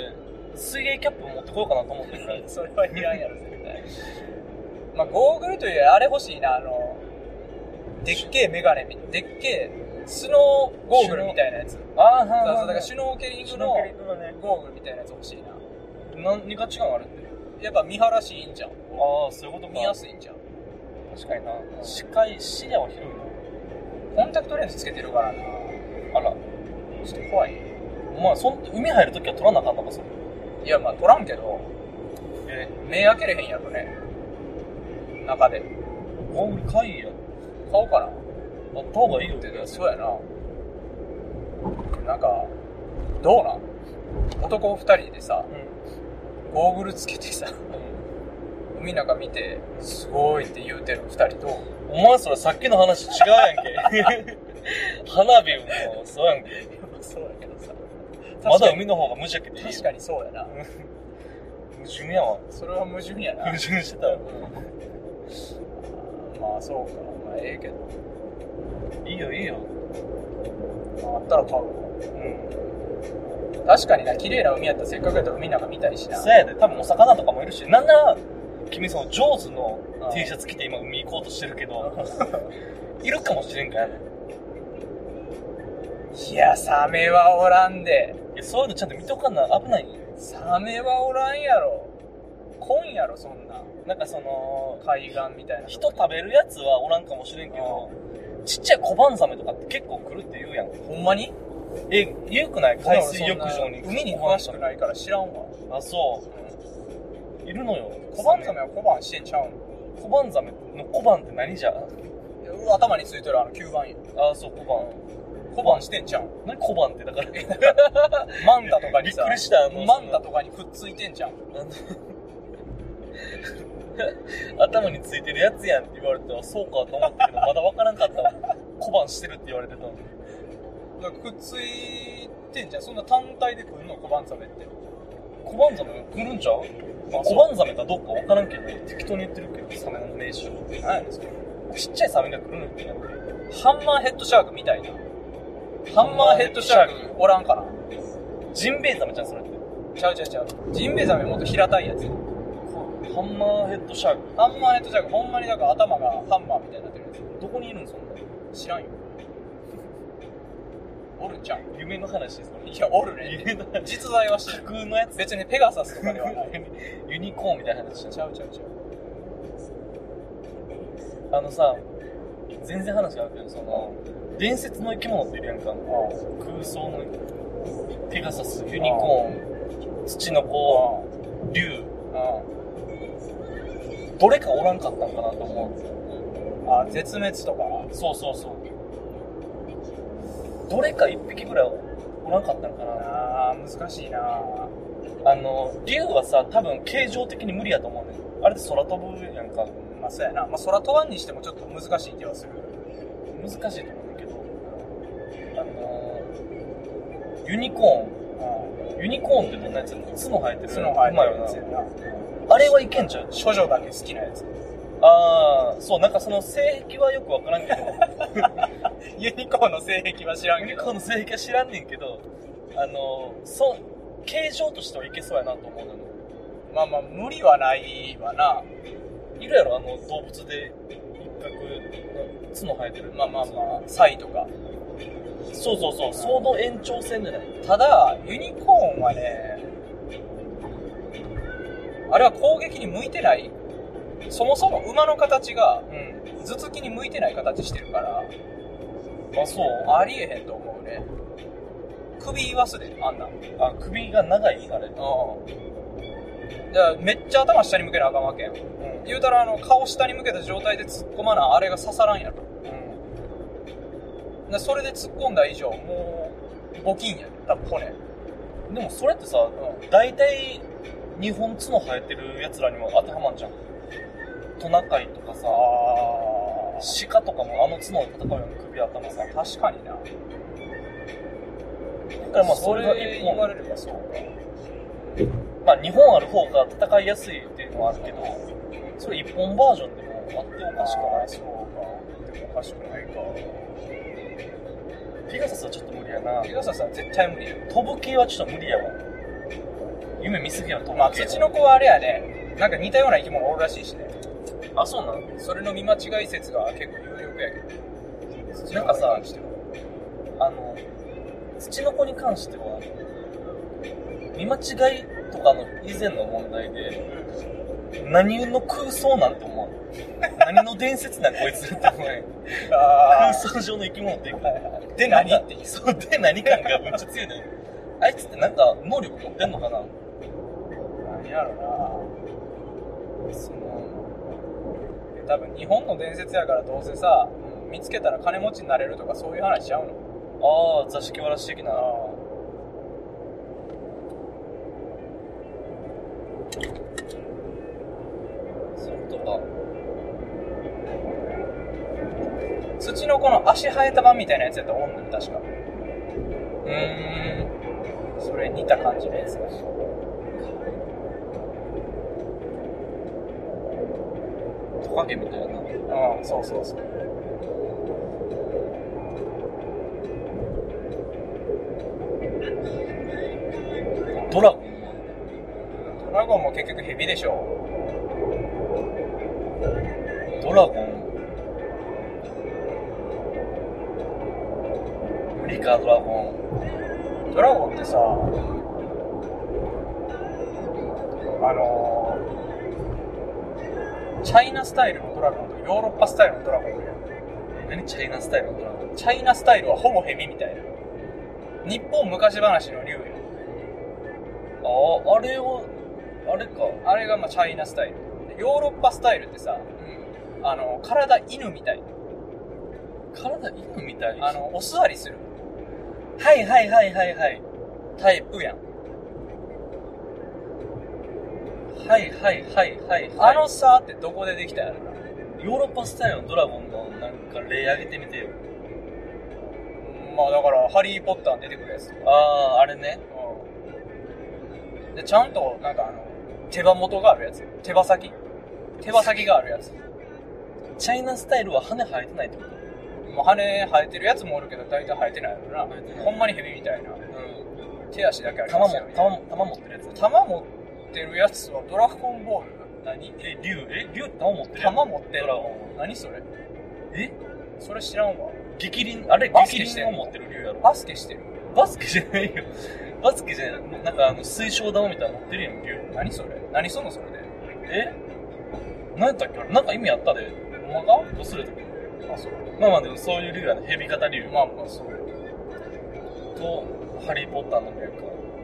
Speaker 1: 水泳キャップ持ってこようかなと思ってるからい
Speaker 2: それはいらんやろ、絶対。まあ、ゴーグルというよりあれ欲しいな、あの、でっけえメガネみ、でっけえスノーゴーグルみたいなやつ。
Speaker 1: ああはい
Speaker 2: そうそう、
Speaker 1: は
Speaker 2: だからシュノーケリングの
Speaker 1: ね
Speaker 2: ゴーグルみたいなやつ欲しいな。
Speaker 1: 何が違うんあれって
Speaker 2: やっぱ見晴らしいいんじゃん。
Speaker 1: ああそういうことか
Speaker 2: 見やすいんじゃん。
Speaker 1: 確かにな視界視野は広い
Speaker 2: コンタクトレンズつけてるからな。
Speaker 1: なあら
Speaker 2: ちょっと怖い。
Speaker 1: お前そん海入るときは取らなかったかそれ
Speaker 2: いや、まあ取らんけど、
Speaker 1: え
Speaker 2: 目開けれへんやろね。中で。
Speaker 1: ゴーグル買いや
Speaker 2: 買おうかな。
Speaker 1: あった方がいいよって
Speaker 2: でそうやな。なんか、どうなん男二人でさ、ゴーグルつけてさ、 *laughs* 海の中見て、すごいって言うてる二人と、
Speaker 1: お前それさっきの話違うやんけ花火もそうやんけ
Speaker 2: そうやけどさ。
Speaker 1: ま
Speaker 2: ま
Speaker 1: だ
Speaker 2: だ
Speaker 1: 海の方が無邪気でいいよ
Speaker 2: 確かにそうやな。
Speaker 1: 矛盾やわ
Speaker 2: それは矛盾やな。
Speaker 1: 矛盾してたわ
Speaker 2: まあそうか、まあええけど。
Speaker 1: いいよいいよ
Speaker 2: まあ、あったら買う
Speaker 1: うん
Speaker 2: わ確かにな、綺麗な海やったらせっかくやったら海なんか見たいしな。
Speaker 1: そうやで、多分お魚とかもいるし、なんなら、君そのジョーズの T シャツ着て今海行こうとしてるけ *laughs* ど、いるかもしれんからね。
Speaker 2: いや、サメはおらんで。
Speaker 1: いやそういうのちゃんと見とかんな危ないんよ
Speaker 2: サメはおらんやろこんやろそんな
Speaker 1: なんかその
Speaker 2: 海岸みたいな
Speaker 1: 人食べるやつはおらんかもしれんけどちっちゃい小判ザメとかって結構来るって言うやん
Speaker 2: ほんまに
Speaker 1: え言うくない海水浴場に
Speaker 2: そんな海に詳しくないから知らんわ
Speaker 1: あそういるのよ
Speaker 2: 小判ザメは小判してんちゃうん
Speaker 1: 小判ザメの小判って何じゃ
Speaker 2: いやうわ頭についてるあの吸盤や
Speaker 1: あそう小判
Speaker 2: 小判してんちゃうん
Speaker 1: 何小判ってだから
Speaker 2: マンタとかにさ
Speaker 1: びっくりしたあの
Speaker 2: マンタとかにくっついてんじゃん
Speaker 1: 頭についてるやつやんって言われてあそうかと思ったけどまだわからんかったわ小判してるって言われてたの
Speaker 2: なんかくっついてんじゃんそんな単体で来るの小判ザメって
Speaker 1: 小判ザメが来るんちゃう
Speaker 2: あそう
Speaker 1: 小判ザメかどうかわからんけど適当に言ってるけどサメの名称
Speaker 2: 何やねんそれ
Speaker 1: ちっちゃいサメが来るのってなって
Speaker 2: ハンマーヘッドシャークみたいなハンマーヘッドシャ
Speaker 1: ハ
Speaker 2: ー
Speaker 1: ンマーヘッドシャー
Speaker 2: クおらんかな
Speaker 1: ジンベエザメじゃんそれって
Speaker 2: ちゃうちゃうちゃうジンベエザメもっと平たいやつ
Speaker 1: ハンマーヘッドシャーク
Speaker 2: ハンマーヘッドシャークほんまになんか頭がハンマーみたいになってるや
Speaker 1: どこにいるんそんな
Speaker 2: つ
Speaker 1: *laughs*
Speaker 2: 知らんよおるんちゃうん
Speaker 1: 夢の話です
Speaker 2: いやおるね
Speaker 1: 夢の話
Speaker 2: 実在はして
Speaker 1: 架
Speaker 2: る
Speaker 1: 空のやつ
Speaker 2: 別にペガサスとかではない
Speaker 1: *laughs* ユニコーンみたいな話してんじ
Speaker 2: ちゃうちゃうちゃう
Speaker 1: ゃんあのさ全然話があるけどその伝説の生き物っているやんか空想のペガサスユニコーン土の子竜
Speaker 2: あ
Speaker 1: どれかおらんかったんかなと思う
Speaker 2: ああ絶滅とか
Speaker 1: そうそうそうどれか1匹ぐらいおらんかったんかな
Speaker 2: ああ難しいな
Speaker 1: あの竜はさ多分形状的に無理やと思うねんあれで空飛ぶやんか
Speaker 2: まあそうやな、まあ、空飛ばんにしてもちょっと難しい気はする
Speaker 1: 難しいと思うんだけどあのユニコーンユニコーンってどんなやつやの角生えてる
Speaker 2: 角生えて
Speaker 1: うまい
Speaker 2: る
Speaker 1: よ
Speaker 2: やつやな
Speaker 1: なあれはいけんちゃう
Speaker 2: 処女だけ好きなやつ
Speaker 1: ああそうなんかその性癖はよくわからんけど
Speaker 2: *laughs* ユニコーンの性癖は知らん
Speaker 1: ユ
Speaker 2: け
Speaker 1: ニコー
Speaker 2: ど
Speaker 1: ンの性癖は知らんねんけどあのそ形状としてはいけそうやなと思うのよ
Speaker 2: まあまあ無理はないわない
Speaker 1: るやろあの動物で一角角生えてる
Speaker 2: まあまあまあサイとか
Speaker 1: そうそうそうその延長線じゃない
Speaker 2: ただユニコーンはねあれは攻撃に向いてないそもそも馬の形が
Speaker 1: う
Speaker 2: 頭突きに向いてない形してるから
Speaker 1: んあそう
Speaker 2: ありえへんと思うね首言わすであんなん
Speaker 1: あ首が長いあれ
Speaker 2: うん。だからめっちゃ頭下に向けなあかんわけやん。
Speaker 1: うん
Speaker 2: 言うたらあの顔下に向けた状態で突っ込まなあれが刺さらんやろ。でそれで突っ込んだ以上、もう、募金やん。多分骨。
Speaker 1: でもそれってさ
Speaker 2: う
Speaker 1: 大体日本角生えてるやつらにも当てはまんじゃんトナカイとかさ鹿とかもあの角を戦うように首頭さ
Speaker 2: ん。確かにな。
Speaker 1: だからまあそ
Speaker 2: そ
Speaker 1: れが
Speaker 2: れ
Speaker 1: 一
Speaker 2: 言わ
Speaker 1: 本
Speaker 2: れればそうか。
Speaker 1: まあ2本ある方が戦いやすいっていうのはあるけどそれ一本バージョンでもあっておかしくない
Speaker 2: そうか。でもおかしくないか。
Speaker 1: ピガサスはちょっと無理やな
Speaker 2: ペガサスは絶対無理や。
Speaker 1: 飛ぶ系はちょっと無理やわ夢見すぎやろ飛ぶ系
Speaker 2: まあ、土の子はあれやね。なんか似たような生き物おるらしいしね。
Speaker 1: あそうなの
Speaker 2: それの見間違い説が結構有力やけど。
Speaker 1: なんかさ
Speaker 2: 土の子に関しては
Speaker 1: あの土の子に関しては見間違いとかの以前の問題で何の空想なんて思わん何の伝説なんこいつって思えん
Speaker 2: あ
Speaker 1: 空
Speaker 2: ー
Speaker 1: 想上の生き物っていうか
Speaker 2: で何
Speaker 1: なんかそうで何感がめっちゃ強いのよあいつってなんか能力持ってんのかな
Speaker 2: 何やろなその多分日本の伝説やからどうせさ見つけたら金持ちになれるとかそういう話しちゃうの
Speaker 1: ああ座敷わらし的なそれとか
Speaker 2: 土のこの足生えた版みたいなやつやったらおんのよ確か
Speaker 1: うーん
Speaker 2: それ似た感じのやつが
Speaker 1: トカゲみたいな
Speaker 2: うんそうそうそう
Speaker 1: ドラゴンは
Speaker 2: ドラゴンも結局蛇でしょ
Speaker 1: ドラゴン無理かドラゴン
Speaker 2: ドラゴンってさあのチャイナスタイルのドラゴンとヨーロッパスタイルのドラゴンがいる
Speaker 1: 何チャイナスタイルのドラゴン
Speaker 2: チャイナスタイルはほぼヘビみたいな日本昔話の竜よ
Speaker 1: あああれをあれか
Speaker 2: あれがまあチャイナスタイルでヨーロッパスタイルってさあの体犬みたい
Speaker 1: 体犬みたい
Speaker 2: あのお座りする
Speaker 1: はいはいはいはいはい
Speaker 2: タイプやん
Speaker 1: はいはいはいはいはい
Speaker 2: あのさってどこでできたやろな
Speaker 1: ヨーロッパスタイルのドラゴンのなんか例挙げてみてよ
Speaker 2: まあだから「ハリー・ポッター」に出てくるやつと
Speaker 1: あ
Speaker 2: か
Speaker 1: ああれね
Speaker 2: でちゃんとなんかあの手羽元があるやつ手羽先手羽先があるやつ
Speaker 1: チャイナスタイルは羽生えてないってこと
Speaker 2: もう羽生えてるやつもおるけど大体生えてないやろ
Speaker 1: 生えてな
Speaker 2: ないほんまにヘビみたいな
Speaker 1: うん
Speaker 2: 手足だけある
Speaker 1: 玉
Speaker 2: や
Speaker 1: も
Speaker 2: つやみたい
Speaker 1: 玉
Speaker 2: な
Speaker 1: も玉持ってるやつ
Speaker 2: 玉持ってるやつはドラゴンボール
Speaker 1: 何え竜え竜って玉持ってるやん
Speaker 2: 玉持って
Speaker 1: ド
Speaker 2: る
Speaker 1: ラゴン
Speaker 2: 何それ
Speaker 1: え
Speaker 2: それ知らんわ
Speaker 1: 激鱗あれ
Speaker 2: バスケ
Speaker 1: 激
Speaker 2: して
Speaker 1: 鱗
Speaker 2: ん
Speaker 1: を
Speaker 2: の
Speaker 1: 持ってる竜やろ
Speaker 2: バスケしてる
Speaker 1: バスケじゃないよバスケじゃないなんかあの水晶玉みたいなの持ってるやん竜
Speaker 2: 何それ何そのそれで
Speaker 1: え何やったっけあれなんか意味あったで
Speaker 2: ほんまか
Speaker 1: 忘れたけど
Speaker 2: あそう
Speaker 1: まあまあでもそういう竜やね蛇型竜
Speaker 2: まあまあそうよ
Speaker 1: とハリー・ポッターの竜か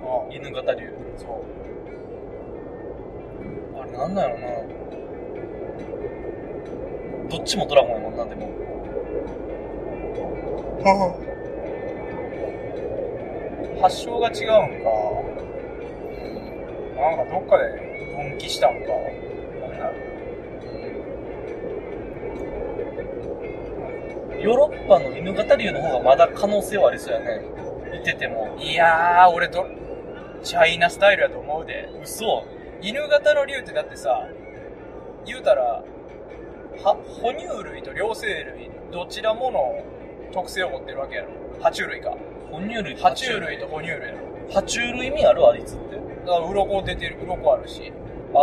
Speaker 2: あ
Speaker 1: 犬型竜
Speaker 2: あそう
Speaker 1: あれなんだろうなどっちもドラゴンやもんなでも
Speaker 2: 発祥が違うんか、なんかどっかで分岐したんか、なんだろ
Speaker 1: ヨーロッパの犬型竜の方がまだ可能性はありそうやねいてても
Speaker 2: ういやー、俺ど、チャイナスタイルやと思うで。
Speaker 1: 嘘
Speaker 2: 犬型の竜ってだってさ、言うたら、は、哺乳類と両生類、どちらもの特性を持ってるわけやろ。爬虫類か。
Speaker 1: 哺乳類
Speaker 2: 爬虫類と哺乳類やろ。
Speaker 1: 爬虫類味あるあいつって
Speaker 2: だから、鱗出てる、鱗あるし。
Speaker 1: あ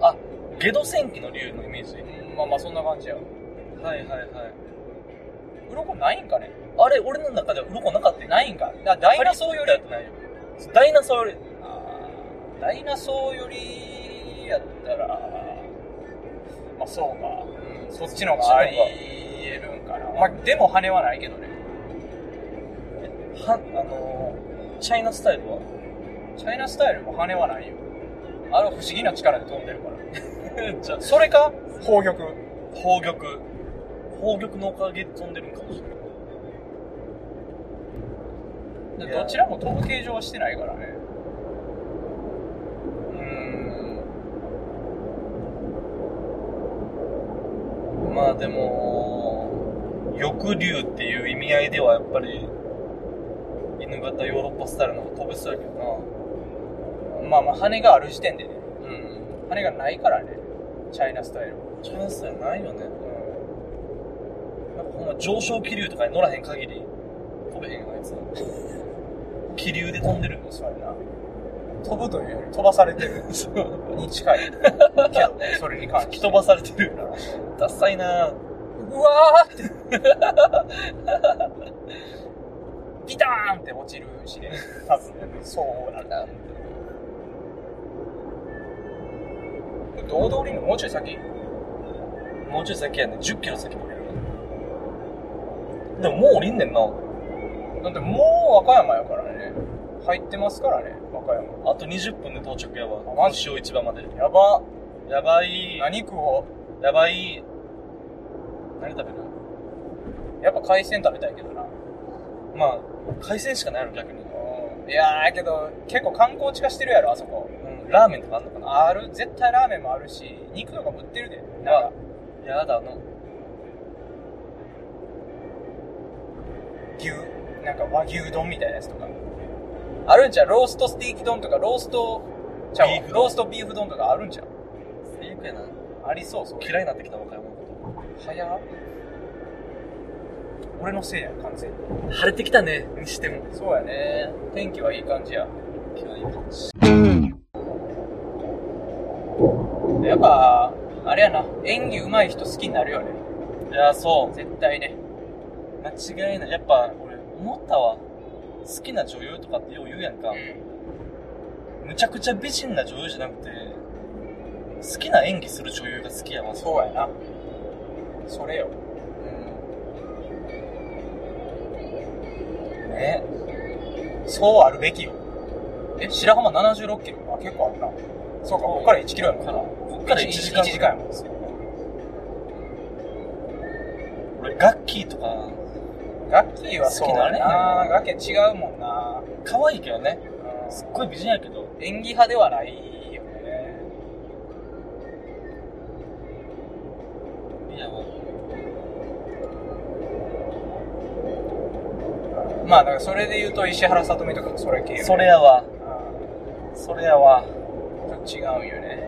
Speaker 1: ーあゲド戦記の竜のイメージ
Speaker 2: まあまあ、そんな感じや。
Speaker 1: はいはいはい
Speaker 2: 鱗ないんかね
Speaker 1: あれ俺の中では鱗なかったよ
Speaker 2: ないんか。だからダイナソーより
Speaker 1: やってないよダイナソーより
Speaker 2: あーダイナソーよりやったら、まあそうか。
Speaker 1: うん
Speaker 2: そっちの方がありえるんかな。まあでも羽はないけどね。
Speaker 1: はあのーチャイナスタイルは
Speaker 2: チャイナスタイルも羽はないよ。あれは不思議な力で飛んでるから。
Speaker 1: じゃ
Speaker 2: それか、宝玉。
Speaker 1: 宝玉宝玉のおかげで飛んでるんかもしれないいや
Speaker 2: どちらも飛ぶ形状はしてないからね。
Speaker 1: うんまあでも翼竜っていう意味合いではやっぱり犬型ヨーロッパスタイルの方が飛べそうやけど
Speaker 2: まあまあ羽がある時点でね。
Speaker 1: なうん
Speaker 2: 羽がないからね。チャイナスタイルは。
Speaker 1: チャンスはないよねなんかほんま上昇気流とかに乗らへん限り飛べへんあい *laughs* つ気流で飛んでる
Speaker 2: そうやな。飛ぶというより飛ばされ
Speaker 1: *laughs*
Speaker 2: てる。に近い。けどね、それに関して。
Speaker 1: 吹き飛ばされてるダッサいな
Speaker 2: うわーって。ピターンって落ちるしね。多分、そうなんだ。大通りのもうちょい先
Speaker 1: もうちょい先やね1 0キロ先飛べるでももう降りんねんな
Speaker 2: だってもう和歌山やからね。入ってますからね、和歌山。
Speaker 1: あと20分で到着やわ
Speaker 2: あマジ
Speaker 1: 塩市場まで
Speaker 2: やば。
Speaker 1: やばい
Speaker 2: 何食おう
Speaker 1: やばい何食べる
Speaker 2: やっぱ海鮮食べたいけどな。
Speaker 1: まあ海鮮しかないの逆に、
Speaker 2: いやーけど、結構観光地化してるやろ、あそこ。
Speaker 1: うん、ラーメンとかあんのかな
Speaker 2: ある、絶対ラーメンもあるし、肉とかも売ってるで。なんか、
Speaker 1: やだな
Speaker 2: 牛、なんか和牛丼みたいなやつとか。あるんちゃうローストステーキ丼とか、ロースト、ちゃうわ
Speaker 1: ビーフ丼
Speaker 2: ローストビーフ丼とかあるんちゃう
Speaker 1: 最悪やな
Speaker 2: ありそう、そう。
Speaker 1: 嫌いになってきた和歌山のこ
Speaker 2: 早っ俺のせいや、完全に。
Speaker 1: と晴れてきたねにしても
Speaker 2: そうやね。天気はいい感じや。
Speaker 1: 嫌いかもし
Speaker 2: やっぱ、あれやな、演技上手い人好きになるよね。
Speaker 1: いやそう
Speaker 2: 絶対ね。
Speaker 1: 間違いないやっぱ俺思ったわ好きな女優とかってよう言うやんか、
Speaker 2: うん
Speaker 1: むちゃくちゃ美人な女優じゃなくて、好きな演技する女優が好きやわ、う。
Speaker 2: そうやなそれよ
Speaker 1: ん、ね
Speaker 2: そうあるべきよえ白浜76キロあ結構あるなそうかこっから1キロやもん
Speaker 1: から、こっから1時間。
Speaker 2: 1時間やもん
Speaker 1: 俺、ガッキーとか、
Speaker 2: ガッキーはそうだ
Speaker 1: 好きな
Speaker 2: な
Speaker 1: ね
Speaker 2: ガッキー違うもんな
Speaker 1: 可愛いけどね。
Speaker 2: うん
Speaker 1: すっごい美人やけど、
Speaker 2: 演技派ではないよね
Speaker 1: いや、
Speaker 2: まあだからそれで言うと石原さとみとかもそれ系よね
Speaker 1: それやわ。
Speaker 2: うん
Speaker 1: それやわ。
Speaker 2: ちょっと違うよね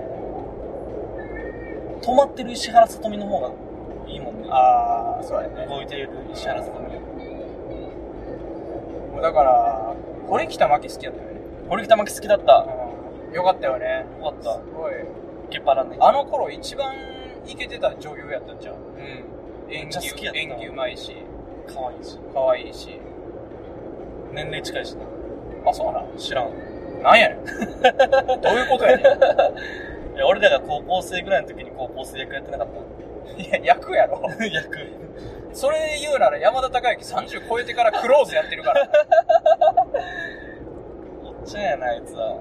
Speaker 1: 止まってる石原さとみの方がいいもんね。
Speaker 2: ああそうやね
Speaker 1: 動いている石原さとみ。
Speaker 2: もうだから堀北真希好きやったよね
Speaker 1: 堀北真希好きだった。よ
Speaker 2: うんよかったよね
Speaker 1: かっ
Speaker 2: す
Speaker 1: た。
Speaker 2: ごい
Speaker 1: ゲッパラね。
Speaker 2: あの頃一番イケてた女優やったんじゃん
Speaker 1: うん。め
Speaker 2: 演
Speaker 1: っちゃ好き
Speaker 2: 技
Speaker 1: やった
Speaker 2: 演技うまいし
Speaker 1: 可愛いし。
Speaker 2: 可愛いし
Speaker 1: 年齢近いしな。
Speaker 2: あそうなん
Speaker 1: 知らん。
Speaker 2: なんや
Speaker 1: *laughs*
Speaker 2: ねんどういうことやね
Speaker 1: いや、俺らが高校生ぐらいの時に高校生役やってなかっ
Speaker 2: んいや役やろ
Speaker 1: た。 *laughs* 役。
Speaker 2: それ言うなら山田孝之30超えてからクローズやって
Speaker 1: *laughs*
Speaker 2: るから
Speaker 1: おっちゃんやな、あいつは。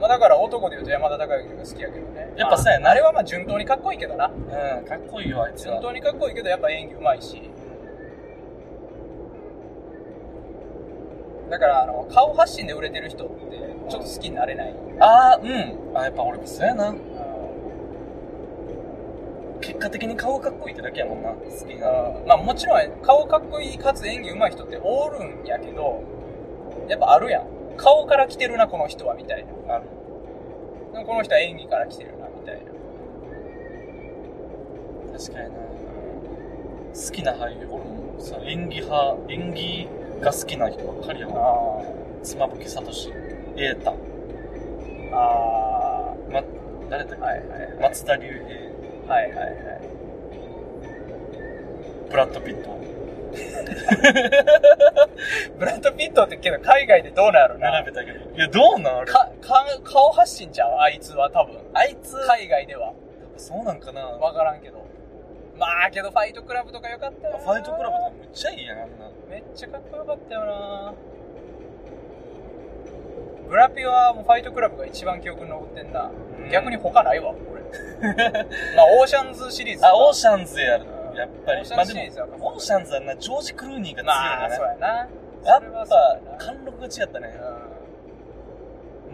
Speaker 2: まあだから男で言うと山田孝之が好きやけどね
Speaker 1: やっぱそうやな
Speaker 2: あれはまあ順当にかっこいいけどな
Speaker 1: うん、かっこいいよ、あいつ
Speaker 2: 順
Speaker 1: は。
Speaker 2: 当にかっこいいけどやっぱ演技うまいしだからあの顔発信で売れてる人ってちょっと好きになれない
Speaker 1: ああ、うん。あ、やっぱ俺もそうやな。
Speaker 2: あの
Speaker 1: 結果的に顔がかっこいいってだけやもんな。好きな。
Speaker 2: うんまあもちろん顔かっこいいかつ演技上手い人っておるんやけどやっぱあるやん顔から来てるなこの人はみたいな
Speaker 1: ある。
Speaker 2: でもこの人は演技から来てるなみたいな
Speaker 1: 確かにな。好きな俳優、俺もさ、演技派、演技が好きな人ばっかりやな。
Speaker 2: あ
Speaker 1: 妻夫木聡、瑛太、
Speaker 2: ーあ
Speaker 1: ま、誰だっけ、
Speaker 2: ーはいはいはい
Speaker 1: 松田龍平、
Speaker 2: はいはいはい
Speaker 1: ブラッド・ピット。
Speaker 2: ブラッド・ピットってけど海外でどうなるな
Speaker 1: 並べたけど。いや、どうなんあれ
Speaker 2: かか顔発信ちゃうあいつは多分
Speaker 1: あいつ、
Speaker 2: 海外では
Speaker 1: そうなんかな。
Speaker 2: 分からんけどまあけどファイトクラブとかよかったよな
Speaker 1: ファイトクラブとかむっちゃいいやん、あんな。
Speaker 2: めっちゃかっこよかったよなブラピはもうファイトクラブが一番記憶に残ってんな、
Speaker 1: うん
Speaker 2: 逆に他ないわ俺 *laughs* まあオーシャンズシリーズ
Speaker 1: あ、オー
Speaker 2: シ
Speaker 1: シャンズやる。やっぱ
Speaker 2: オー
Speaker 1: り。
Speaker 2: シャンズシリーズは
Speaker 1: まあでもオーシャンズはな、ジョージ・クルーニーが強いん
Speaker 2: ま
Speaker 1: だ
Speaker 2: あ
Speaker 1: ね
Speaker 2: そう。やな
Speaker 1: や
Speaker 2: それは
Speaker 1: っ
Speaker 2: そう
Speaker 1: ぱ、
Speaker 2: や
Speaker 1: 貫禄が違ったね。
Speaker 2: な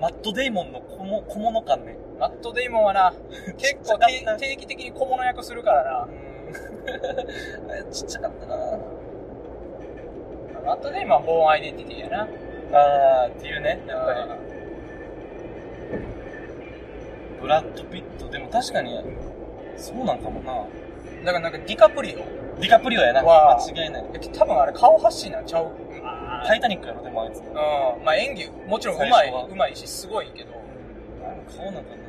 Speaker 1: マット・デイモンの小物小物感ね。
Speaker 2: うんマット・デイモン
Speaker 1: *laughs*
Speaker 2: はな結構
Speaker 1: ちっちゃかった
Speaker 2: 定定期的に小物役するからな
Speaker 1: あちっちゃかったな
Speaker 2: マット・デイモンはボーンアイデンティティやな
Speaker 1: あーっていうね、やっぱ
Speaker 2: うん
Speaker 1: り。ブラッド・ピット、でも確かに、そうなんかもな。
Speaker 2: だからなんかディカプリオ
Speaker 1: ディカプリオやな。
Speaker 2: わあ
Speaker 1: 間違いない。
Speaker 2: え多分あれ顔発信なんちゃうあ
Speaker 1: タイタニックやろ、でもあいつ。
Speaker 2: うんまあ演技もちろんうま
Speaker 1: 最
Speaker 2: い
Speaker 1: 初は
Speaker 2: うまいしすごいけど
Speaker 1: そうなんかな。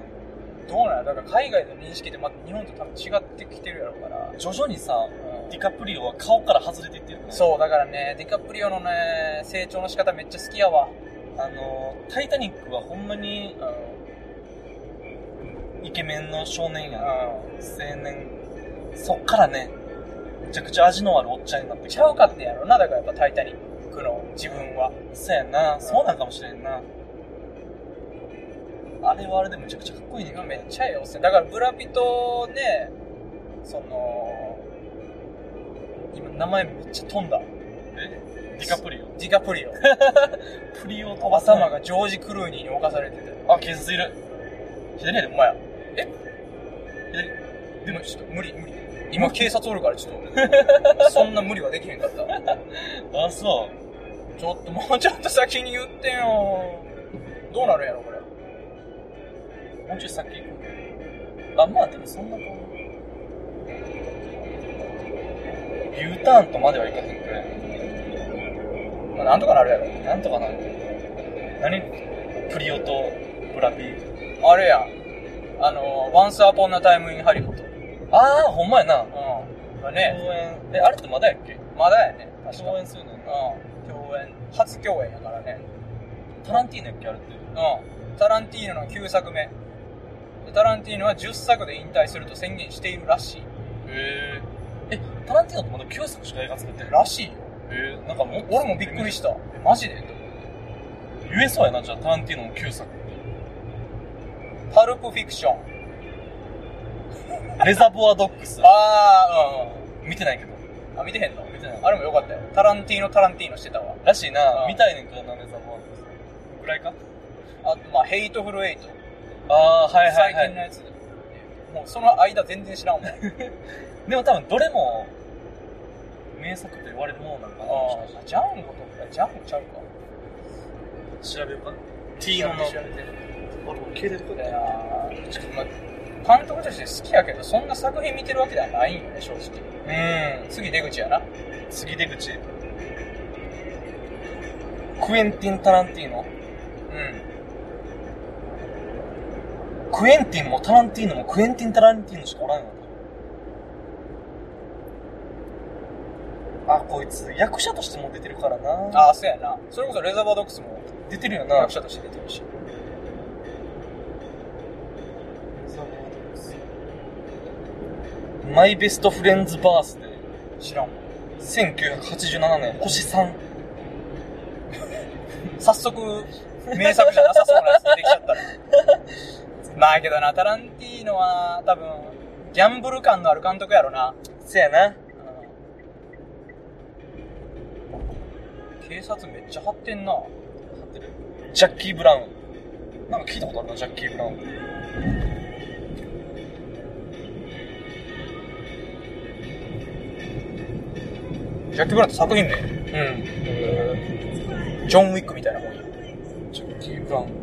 Speaker 2: どうなのだから海外の認識でまた日本と多分違ってきてるやろうから、
Speaker 1: 徐々にさ、
Speaker 2: うん
Speaker 1: ディカプリオは顔から外れていってるよね。
Speaker 2: そうだからねディカプリオのね成長の仕方めっちゃ好きやわ、
Speaker 1: あの、タイタニックはほんまに
Speaker 2: うん
Speaker 1: イケメンの少年やな。青年。そっからね、めちゃくちゃ味のあるおっちゃんになってき
Speaker 2: ち
Speaker 1: た
Speaker 2: ゃうかってんやろなだからやっぱ「タイタニック」の自分は
Speaker 1: そうやな、そうなんかもしれんな。あれはあれでめちゃくちゃかっこいいね。
Speaker 2: 今めっちゃええおっさんだからブラピとねその今名前めっちゃ飛んだ
Speaker 1: えディカプリオ。
Speaker 2: ディカ
Speaker 1: *laughs*
Speaker 2: プリオ
Speaker 1: プリオ飛
Speaker 2: お
Speaker 1: ばさな
Speaker 2: 様
Speaker 1: い
Speaker 2: がジョージ・クルーニーに侵されてて
Speaker 1: あ、警察いる。左やで、お前や。
Speaker 2: でもちょっと無理無理今警察おるからちょっ
Speaker 1: *laughs*
Speaker 2: とそんな無理はできへんかった
Speaker 1: あ、そう。
Speaker 2: ちょっともうちょっと先に言ってよどうなるんやろこれ
Speaker 1: もうちょい先行く。あ、まあでもそんな顔。U ターンとまではいかへんくらい。
Speaker 2: まあ、なんとかなるやろ
Speaker 1: なんとかなる。何プリオとブラピー。
Speaker 2: あれやんあの「Once Upon a Time in Hollywood
Speaker 1: ああ、ほんまやな。」
Speaker 2: うんまあ
Speaker 1: 公
Speaker 2: ね
Speaker 1: 園。え、あれってまだやっけ
Speaker 2: まだやね確か
Speaker 1: 共演するねんな
Speaker 2: うん共演初共演やからね
Speaker 1: タランティーノやっけあれって
Speaker 2: うんタランティーノの9作目でタランティーノは10作で引退すると宣言しているらしい
Speaker 1: へええタランティーノってまだ9作しか映画作ってない
Speaker 2: らしいよ
Speaker 1: えー、なんかもっと
Speaker 2: 俺もびっくりしたえマジでと
Speaker 1: 言えそうやなじゃあタランティーノの9作って
Speaker 2: パルプフィクション
Speaker 1: レザボアドッグス
Speaker 2: ああうん、
Speaker 1: 見てないけど
Speaker 2: うん、あ見てへんの
Speaker 1: 見てない
Speaker 2: あれもよかったよタランティーノタランティーノしてたわ
Speaker 1: らしいな
Speaker 2: うん
Speaker 1: 見たいねんけどなレザボアドッグスぐらいか
Speaker 2: あまあヘイトフルエイト
Speaker 1: ああはいはいは
Speaker 2: 最近の
Speaker 1: い
Speaker 2: やつもうその間全然知 *laughs* らんもん
Speaker 1: でも多分どれも名作と言われるものなのかなもしか
Speaker 2: ああジャンゴとかジャンゴちゃうか
Speaker 1: して調べようか T のの
Speaker 2: 調べて
Speaker 1: 俺も携帯とこ
Speaker 2: いやーちょっとまあ監督として好きやけどそんな作品見てるわけではないんよね正直
Speaker 1: うん
Speaker 2: 次出口やな
Speaker 1: 次出口クエンティン・タランティーノ
Speaker 2: うん
Speaker 1: クエンティンもタランティーノもクエンティン・タランティーノしかおらんよあこいつ役者としても出てるからな
Speaker 2: ああそうやなそれこそレザーバードックスも
Speaker 1: 出てるよな
Speaker 2: 役者として出てるし
Speaker 1: マイベストフレンズバースで
Speaker 2: 知らんもん
Speaker 1: 1987年星3
Speaker 2: 早速名作じゃなさそうなやつ出てきちゃったな *laughs* まあけどなタランティーノは多分ギャンブル感のある監督やろな
Speaker 1: せやな
Speaker 2: うん警察めっちゃ張ってんな
Speaker 1: ジャッキー・ブラウンなんか聞いたことあるなジャッキー・ブラウン
Speaker 2: ジャッキー・ブラウンって作品名
Speaker 1: うん
Speaker 2: ジョン・ウィックみたいなもんや
Speaker 1: ジョッキー・ブラウン。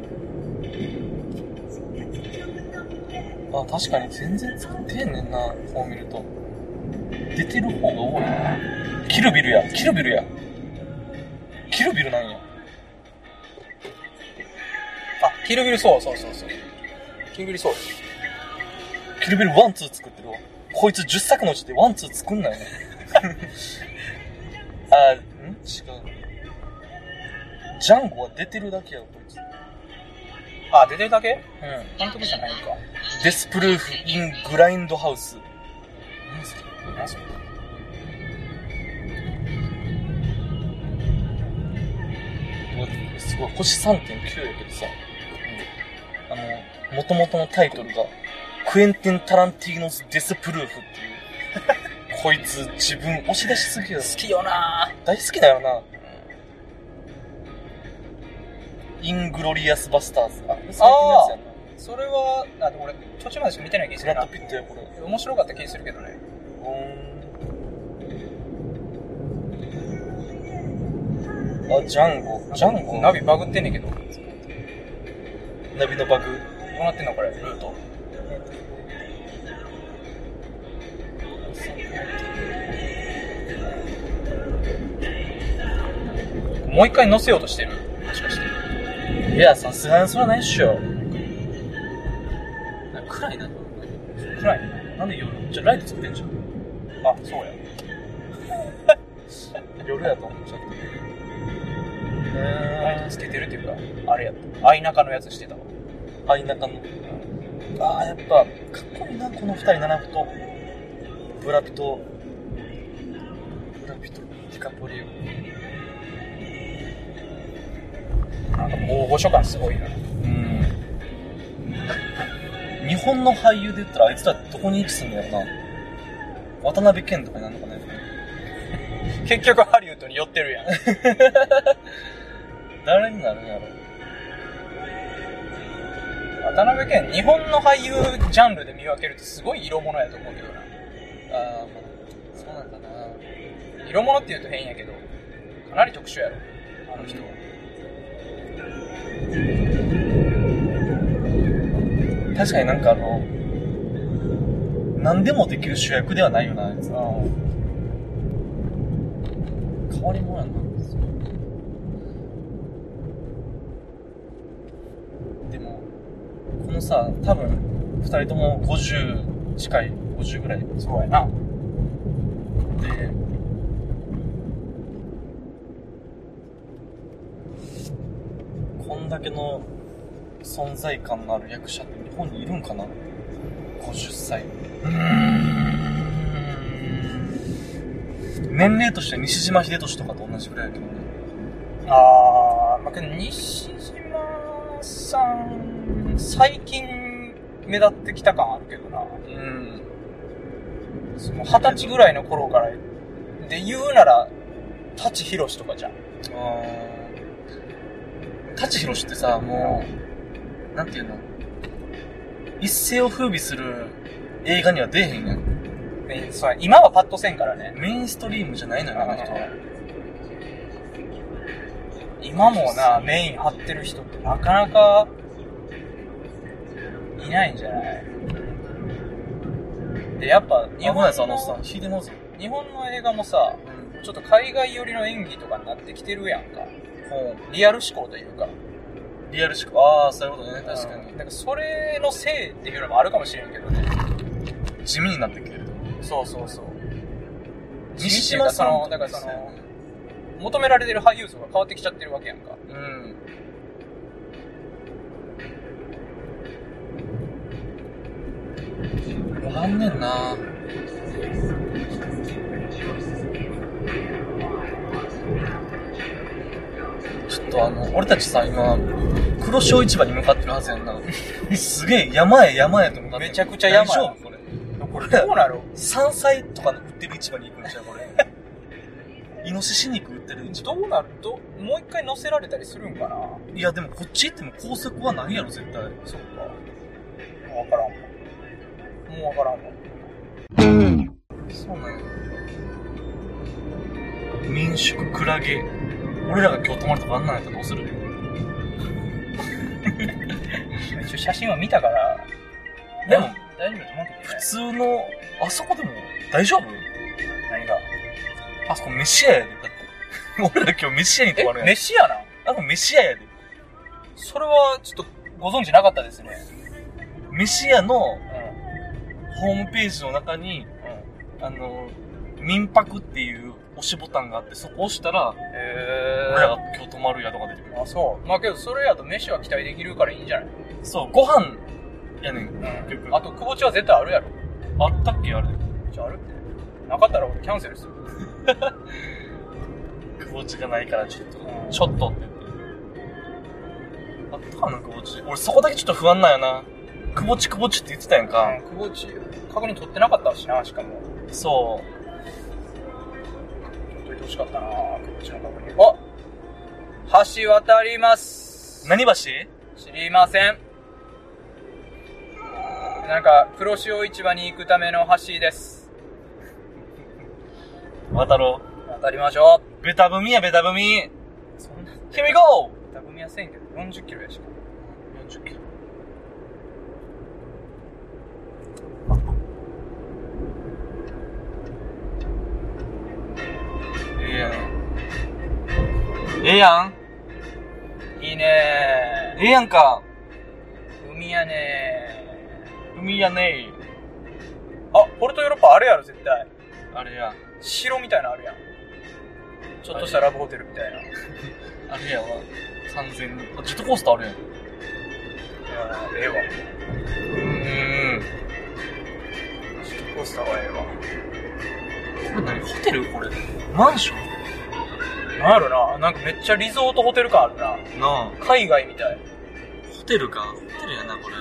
Speaker 1: あ、確かに全然使ってへんねんな、こう見ると。出てる方が多いな。キルビルや、キルビルや。キルビルなんや。
Speaker 2: あキルビルそうそうそうそうキルビルそうです
Speaker 1: キルビルワンツー作ってるわ。こいつ10作のうちでワンツー作んないね。 *laughs* あ、ん違う。ジャンゴは出てるだけやわ、こいつ。
Speaker 2: あ出てるだけ
Speaker 1: う
Speaker 2: 監督じゃないのか
Speaker 1: ん。デスプルーフ・イン・グラインドハウス。何すか
Speaker 2: 何それ
Speaker 1: すごい、星3.9やけどさ、あの、元々のタイトルが、クエンティン・タランティーノス・ディスプルーフっていう。こいつ、自分押し出しすぎや
Speaker 2: 好きよな
Speaker 1: 大好きだよな。イングロリアス・バスターズ。あ、これ最近のやつや
Speaker 2: それはあでも俺途中までしか見てない気する
Speaker 1: な。ブラッド・
Speaker 2: な
Speaker 1: ピットや、これ。
Speaker 2: 面白かった気するけどね
Speaker 1: うーんあ、ジャンゴ。ジャンゴ
Speaker 2: ナビバグってんねんけどど
Speaker 1: ナビのバグ。
Speaker 2: うなってんのこれルートもう一回載せようとしてるもしかして
Speaker 1: いや、さすがにそれはないっしょ。暗いな。
Speaker 2: 暗いね
Speaker 1: なんで夜、じゃあライトつけてんじゃん。
Speaker 2: あそうや
Speaker 1: *laughs* 夜やと思っちゃって。
Speaker 2: ライ
Speaker 1: へ
Speaker 2: トつけてるっていうかあれやった相中のやつしてたわ
Speaker 1: ー。あ、田舎の。ああ、やっぱ、かっこいいな、この二人、ナナフと。ブラピと。ブラピと、ディカポリオ。
Speaker 2: なんか大御所感すごいな
Speaker 1: うん。日本の俳優で言ったら、あいつらどこに位置するんだろうな。渡辺謙とかになるのかね。
Speaker 2: 結局ハリウッドに寄ってるやん *laughs*
Speaker 1: 誰になるんやろ。
Speaker 2: 渡辺謙日本の俳優ジャンルで見分けるってすごい色物やと思うけどな
Speaker 1: ああ、まあ、そうなんだな。
Speaker 2: 色物って言うと変やけどかなり特殊やろあの人は
Speaker 1: 確かになんかあの、何でもできる主役ではないよな、あいつは。変わり者やな。でも、このさ、多分、二人とも50近い、50ぐらい
Speaker 2: そうやな
Speaker 1: で、だけの存在感のある役者って日本にいるんかな ?50 歳。年齢としては西島秀俊とかと同じぐらいだけどね。
Speaker 2: あー、まあ、けど西島さん、最近目立ってきた感あるけどな。
Speaker 1: うん。
Speaker 2: その二十歳ぐらいの頃から、で言うなら、舘ひろしとかじゃん。
Speaker 1: あー舘ひろしってさ、もう、なんていうの一世を風靡する映画には出えへんやん。
Speaker 2: ねそうや今はパッとせんからね。
Speaker 1: メインストリームじゃないのよ、あの人は。
Speaker 2: 今もな、メイン張ってる人ってなかなか、いないんじゃないで、やっぱ、日
Speaker 1: 危
Speaker 2: 本
Speaker 1: ない
Speaker 2: の
Speaker 1: ぞ、あのおっさん。引いてまうぞ。
Speaker 2: 日本の映画もさ、ちょっと海外寄りの演技とかになってきてるやんか。
Speaker 1: も
Speaker 2: リアル思考というか。
Speaker 1: う、リアルしか、ああ、そういうことね、確か
Speaker 2: うんだからそれのせいっていうのもあるかもしれんけどね。
Speaker 1: に。地味になってくれる。
Speaker 2: そうそうそう。
Speaker 1: 西島さん
Speaker 2: その、だからその、求められてる俳優層が変わってきちゃってるわけやんか。
Speaker 1: うん。わかんねんなちょっとあの、俺たちさ、今、黒潮市場に向かってるはずやん
Speaker 2: *laughs*
Speaker 1: な。すげえ、山へ山へと向かってる
Speaker 2: めちゃくちゃ山や
Speaker 1: 大丈夫これ。
Speaker 2: これどうなる
Speaker 1: 山菜とかの売ってる市場に行くんちゃうこれ。
Speaker 2: *laughs*
Speaker 1: イノシシ肉売ってる市場
Speaker 2: どうなるどもう一回乗せられたりするんかなわか
Speaker 1: いや、でもこっち行っても高速はないやろ、絶対。そっか。
Speaker 2: らんもん。もうわからんもん。
Speaker 1: そうなんや。民宿クラゲ。俺らが今日泊まるとこあんなんやったらどう
Speaker 2: *laughs*
Speaker 1: する
Speaker 2: 一応写真は見たから、
Speaker 1: でも、
Speaker 2: 大丈夫だと思うけど
Speaker 1: 普
Speaker 2: ね。
Speaker 1: 通の、あそこでも大丈夫
Speaker 2: 何が
Speaker 1: あそこ飯屋やで、だって。 *laughs* 俺ら今日飯屋に泊まる
Speaker 2: え、
Speaker 1: やん。あ
Speaker 2: 飯やな
Speaker 1: そこ飯屋やで。
Speaker 2: それはちょっとご存知なかったですね。
Speaker 1: 飯屋の
Speaker 2: う
Speaker 1: ホームページの中に、
Speaker 2: ん。うん。
Speaker 1: あの、民泊っていう押しボタンがあって、そこ押したら、
Speaker 2: え
Speaker 1: 俺らが今日泊まる宿が出てくる。
Speaker 2: あ、そう。まあけど、それやと飯は期待できるからいいんじゃない
Speaker 1: そう、ご飯やねん。
Speaker 2: うんあと、窪地は絶対あるやろ。
Speaker 1: あったっけあれ。
Speaker 2: じゃあ、あるって。なかったら俺キャンセルする。
Speaker 1: くぼちがないからちょっと
Speaker 2: う、ん
Speaker 1: ちょっとって言って。あったかな、くぼち。俺そこだけちょっと不安なんやな。くぼちくぼちって言ってたやんか。
Speaker 2: うん、窪地、確認取ってなかったしな、しかも。
Speaker 1: そ
Speaker 2: 取っといてほしかったな、窪地の確認。あ橋渡ります
Speaker 1: う。。何橋う
Speaker 2: 知りません。なんか、黒潮市場に行くための橋です。
Speaker 1: ん渡ろ
Speaker 2: 渡りましょ
Speaker 1: う。ベタ踏みや、ベタ踏み。Here
Speaker 2: う。そんな、
Speaker 1: we go!
Speaker 2: ダブみやせんけど、40キロやしか。
Speaker 1: 40キロ。ええやん。ええやん。
Speaker 2: いいね
Speaker 1: ええやんか。
Speaker 2: ー。海やねー。
Speaker 1: 海やね
Speaker 2: あ、ポルトヨーロッパあるやろ、絶対。
Speaker 1: あれや。
Speaker 2: 城みたいなのあるやん。ちょっとしたラブホテルみたいな。い
Speaker 1: あれやわ。完全に。あ、ジェットコースターあるやん。
Speaker 2: やええわ。
Speaker 1: うん。
Speaker 2: ジェットコースターはえ
Speaker 1: これ何ホテルこれ。マンショ
Speaker 2: えわ。なんやろな、なんかめっちゃリゾートホテル感あるな。
Speaker 1: ンなあ。
Speaker 2: 海外みたい。
Speaker 1: ホテルか。ホテルやな、これ。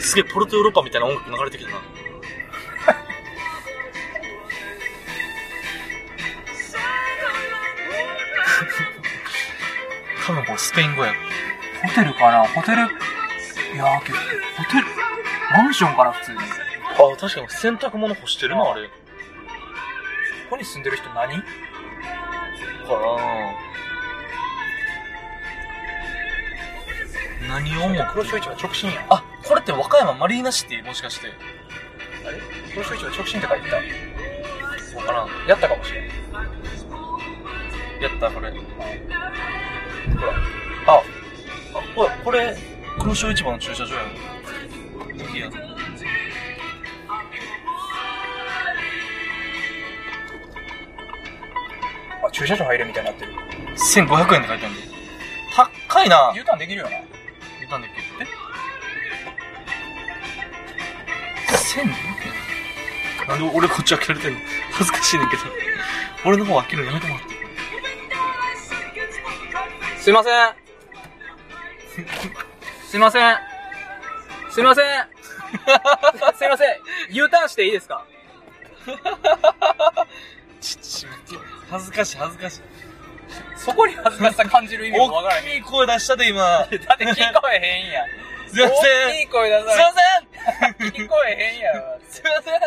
Speaker 1: すげえ、ポルトヨーロッパみたいな音楽流れてきたな。多分これスペイン語や。
Speaker 2: ホテルかなホテル、いやーけど、ホテル、マンションかな、普通に。こ
Speaker 1: あ、確かに洗濯物干してるな、あれ。
Speaker 2: こに住んでる人何
Speaker 1: かな何をも
Speaker 2: 黒潮市場直進やん。あ、
Speaker 1: あこれって和歌山マリーナシティもしかして
Speaker 2: あれ黒潮市場直進って書いてた。
Speaker 1: わからん
Speaker 2: やったかもしれん。
Speaker 1: やったこれあ
Speaker 2: ほ
Speaker 1: こ
Speaker 2: ら。
Speaker 1: れこれ黒潮市場の駐車場やんいいや駐車場入れみたいになってる。
Speaker 2: 1500円って書いてあるんで高いな
Speaker 1: U ターンできるよな。
Speaker 2: 言ったんだっけえ1200円なんで俺こっち開けられてるの恥ずかしいねんけど俺の方開けるのやめてもらっていい
Speaker 1: すいませ *laughs* ん。すいません。すいません。すいません。U ターンしていいですか
Speaker 2: ちょっとしまって恥ずかしい恥ずかしい
Speaker 1: そこに恥ずかしさ感じる意味もわから
Speaker 2: 大
Speaker 1: へん。
Speaker 2: きい声出したで *laughs* 今すい
Speaker 1: *laughs* だって聞こえへんやん。
Speaker 2: ません
Speaker 1: 大きい声出さ
Speaker 2: すいません
Speaker 1: *laughs* ない。聞こえへんやろ。
Speaker 2: すいません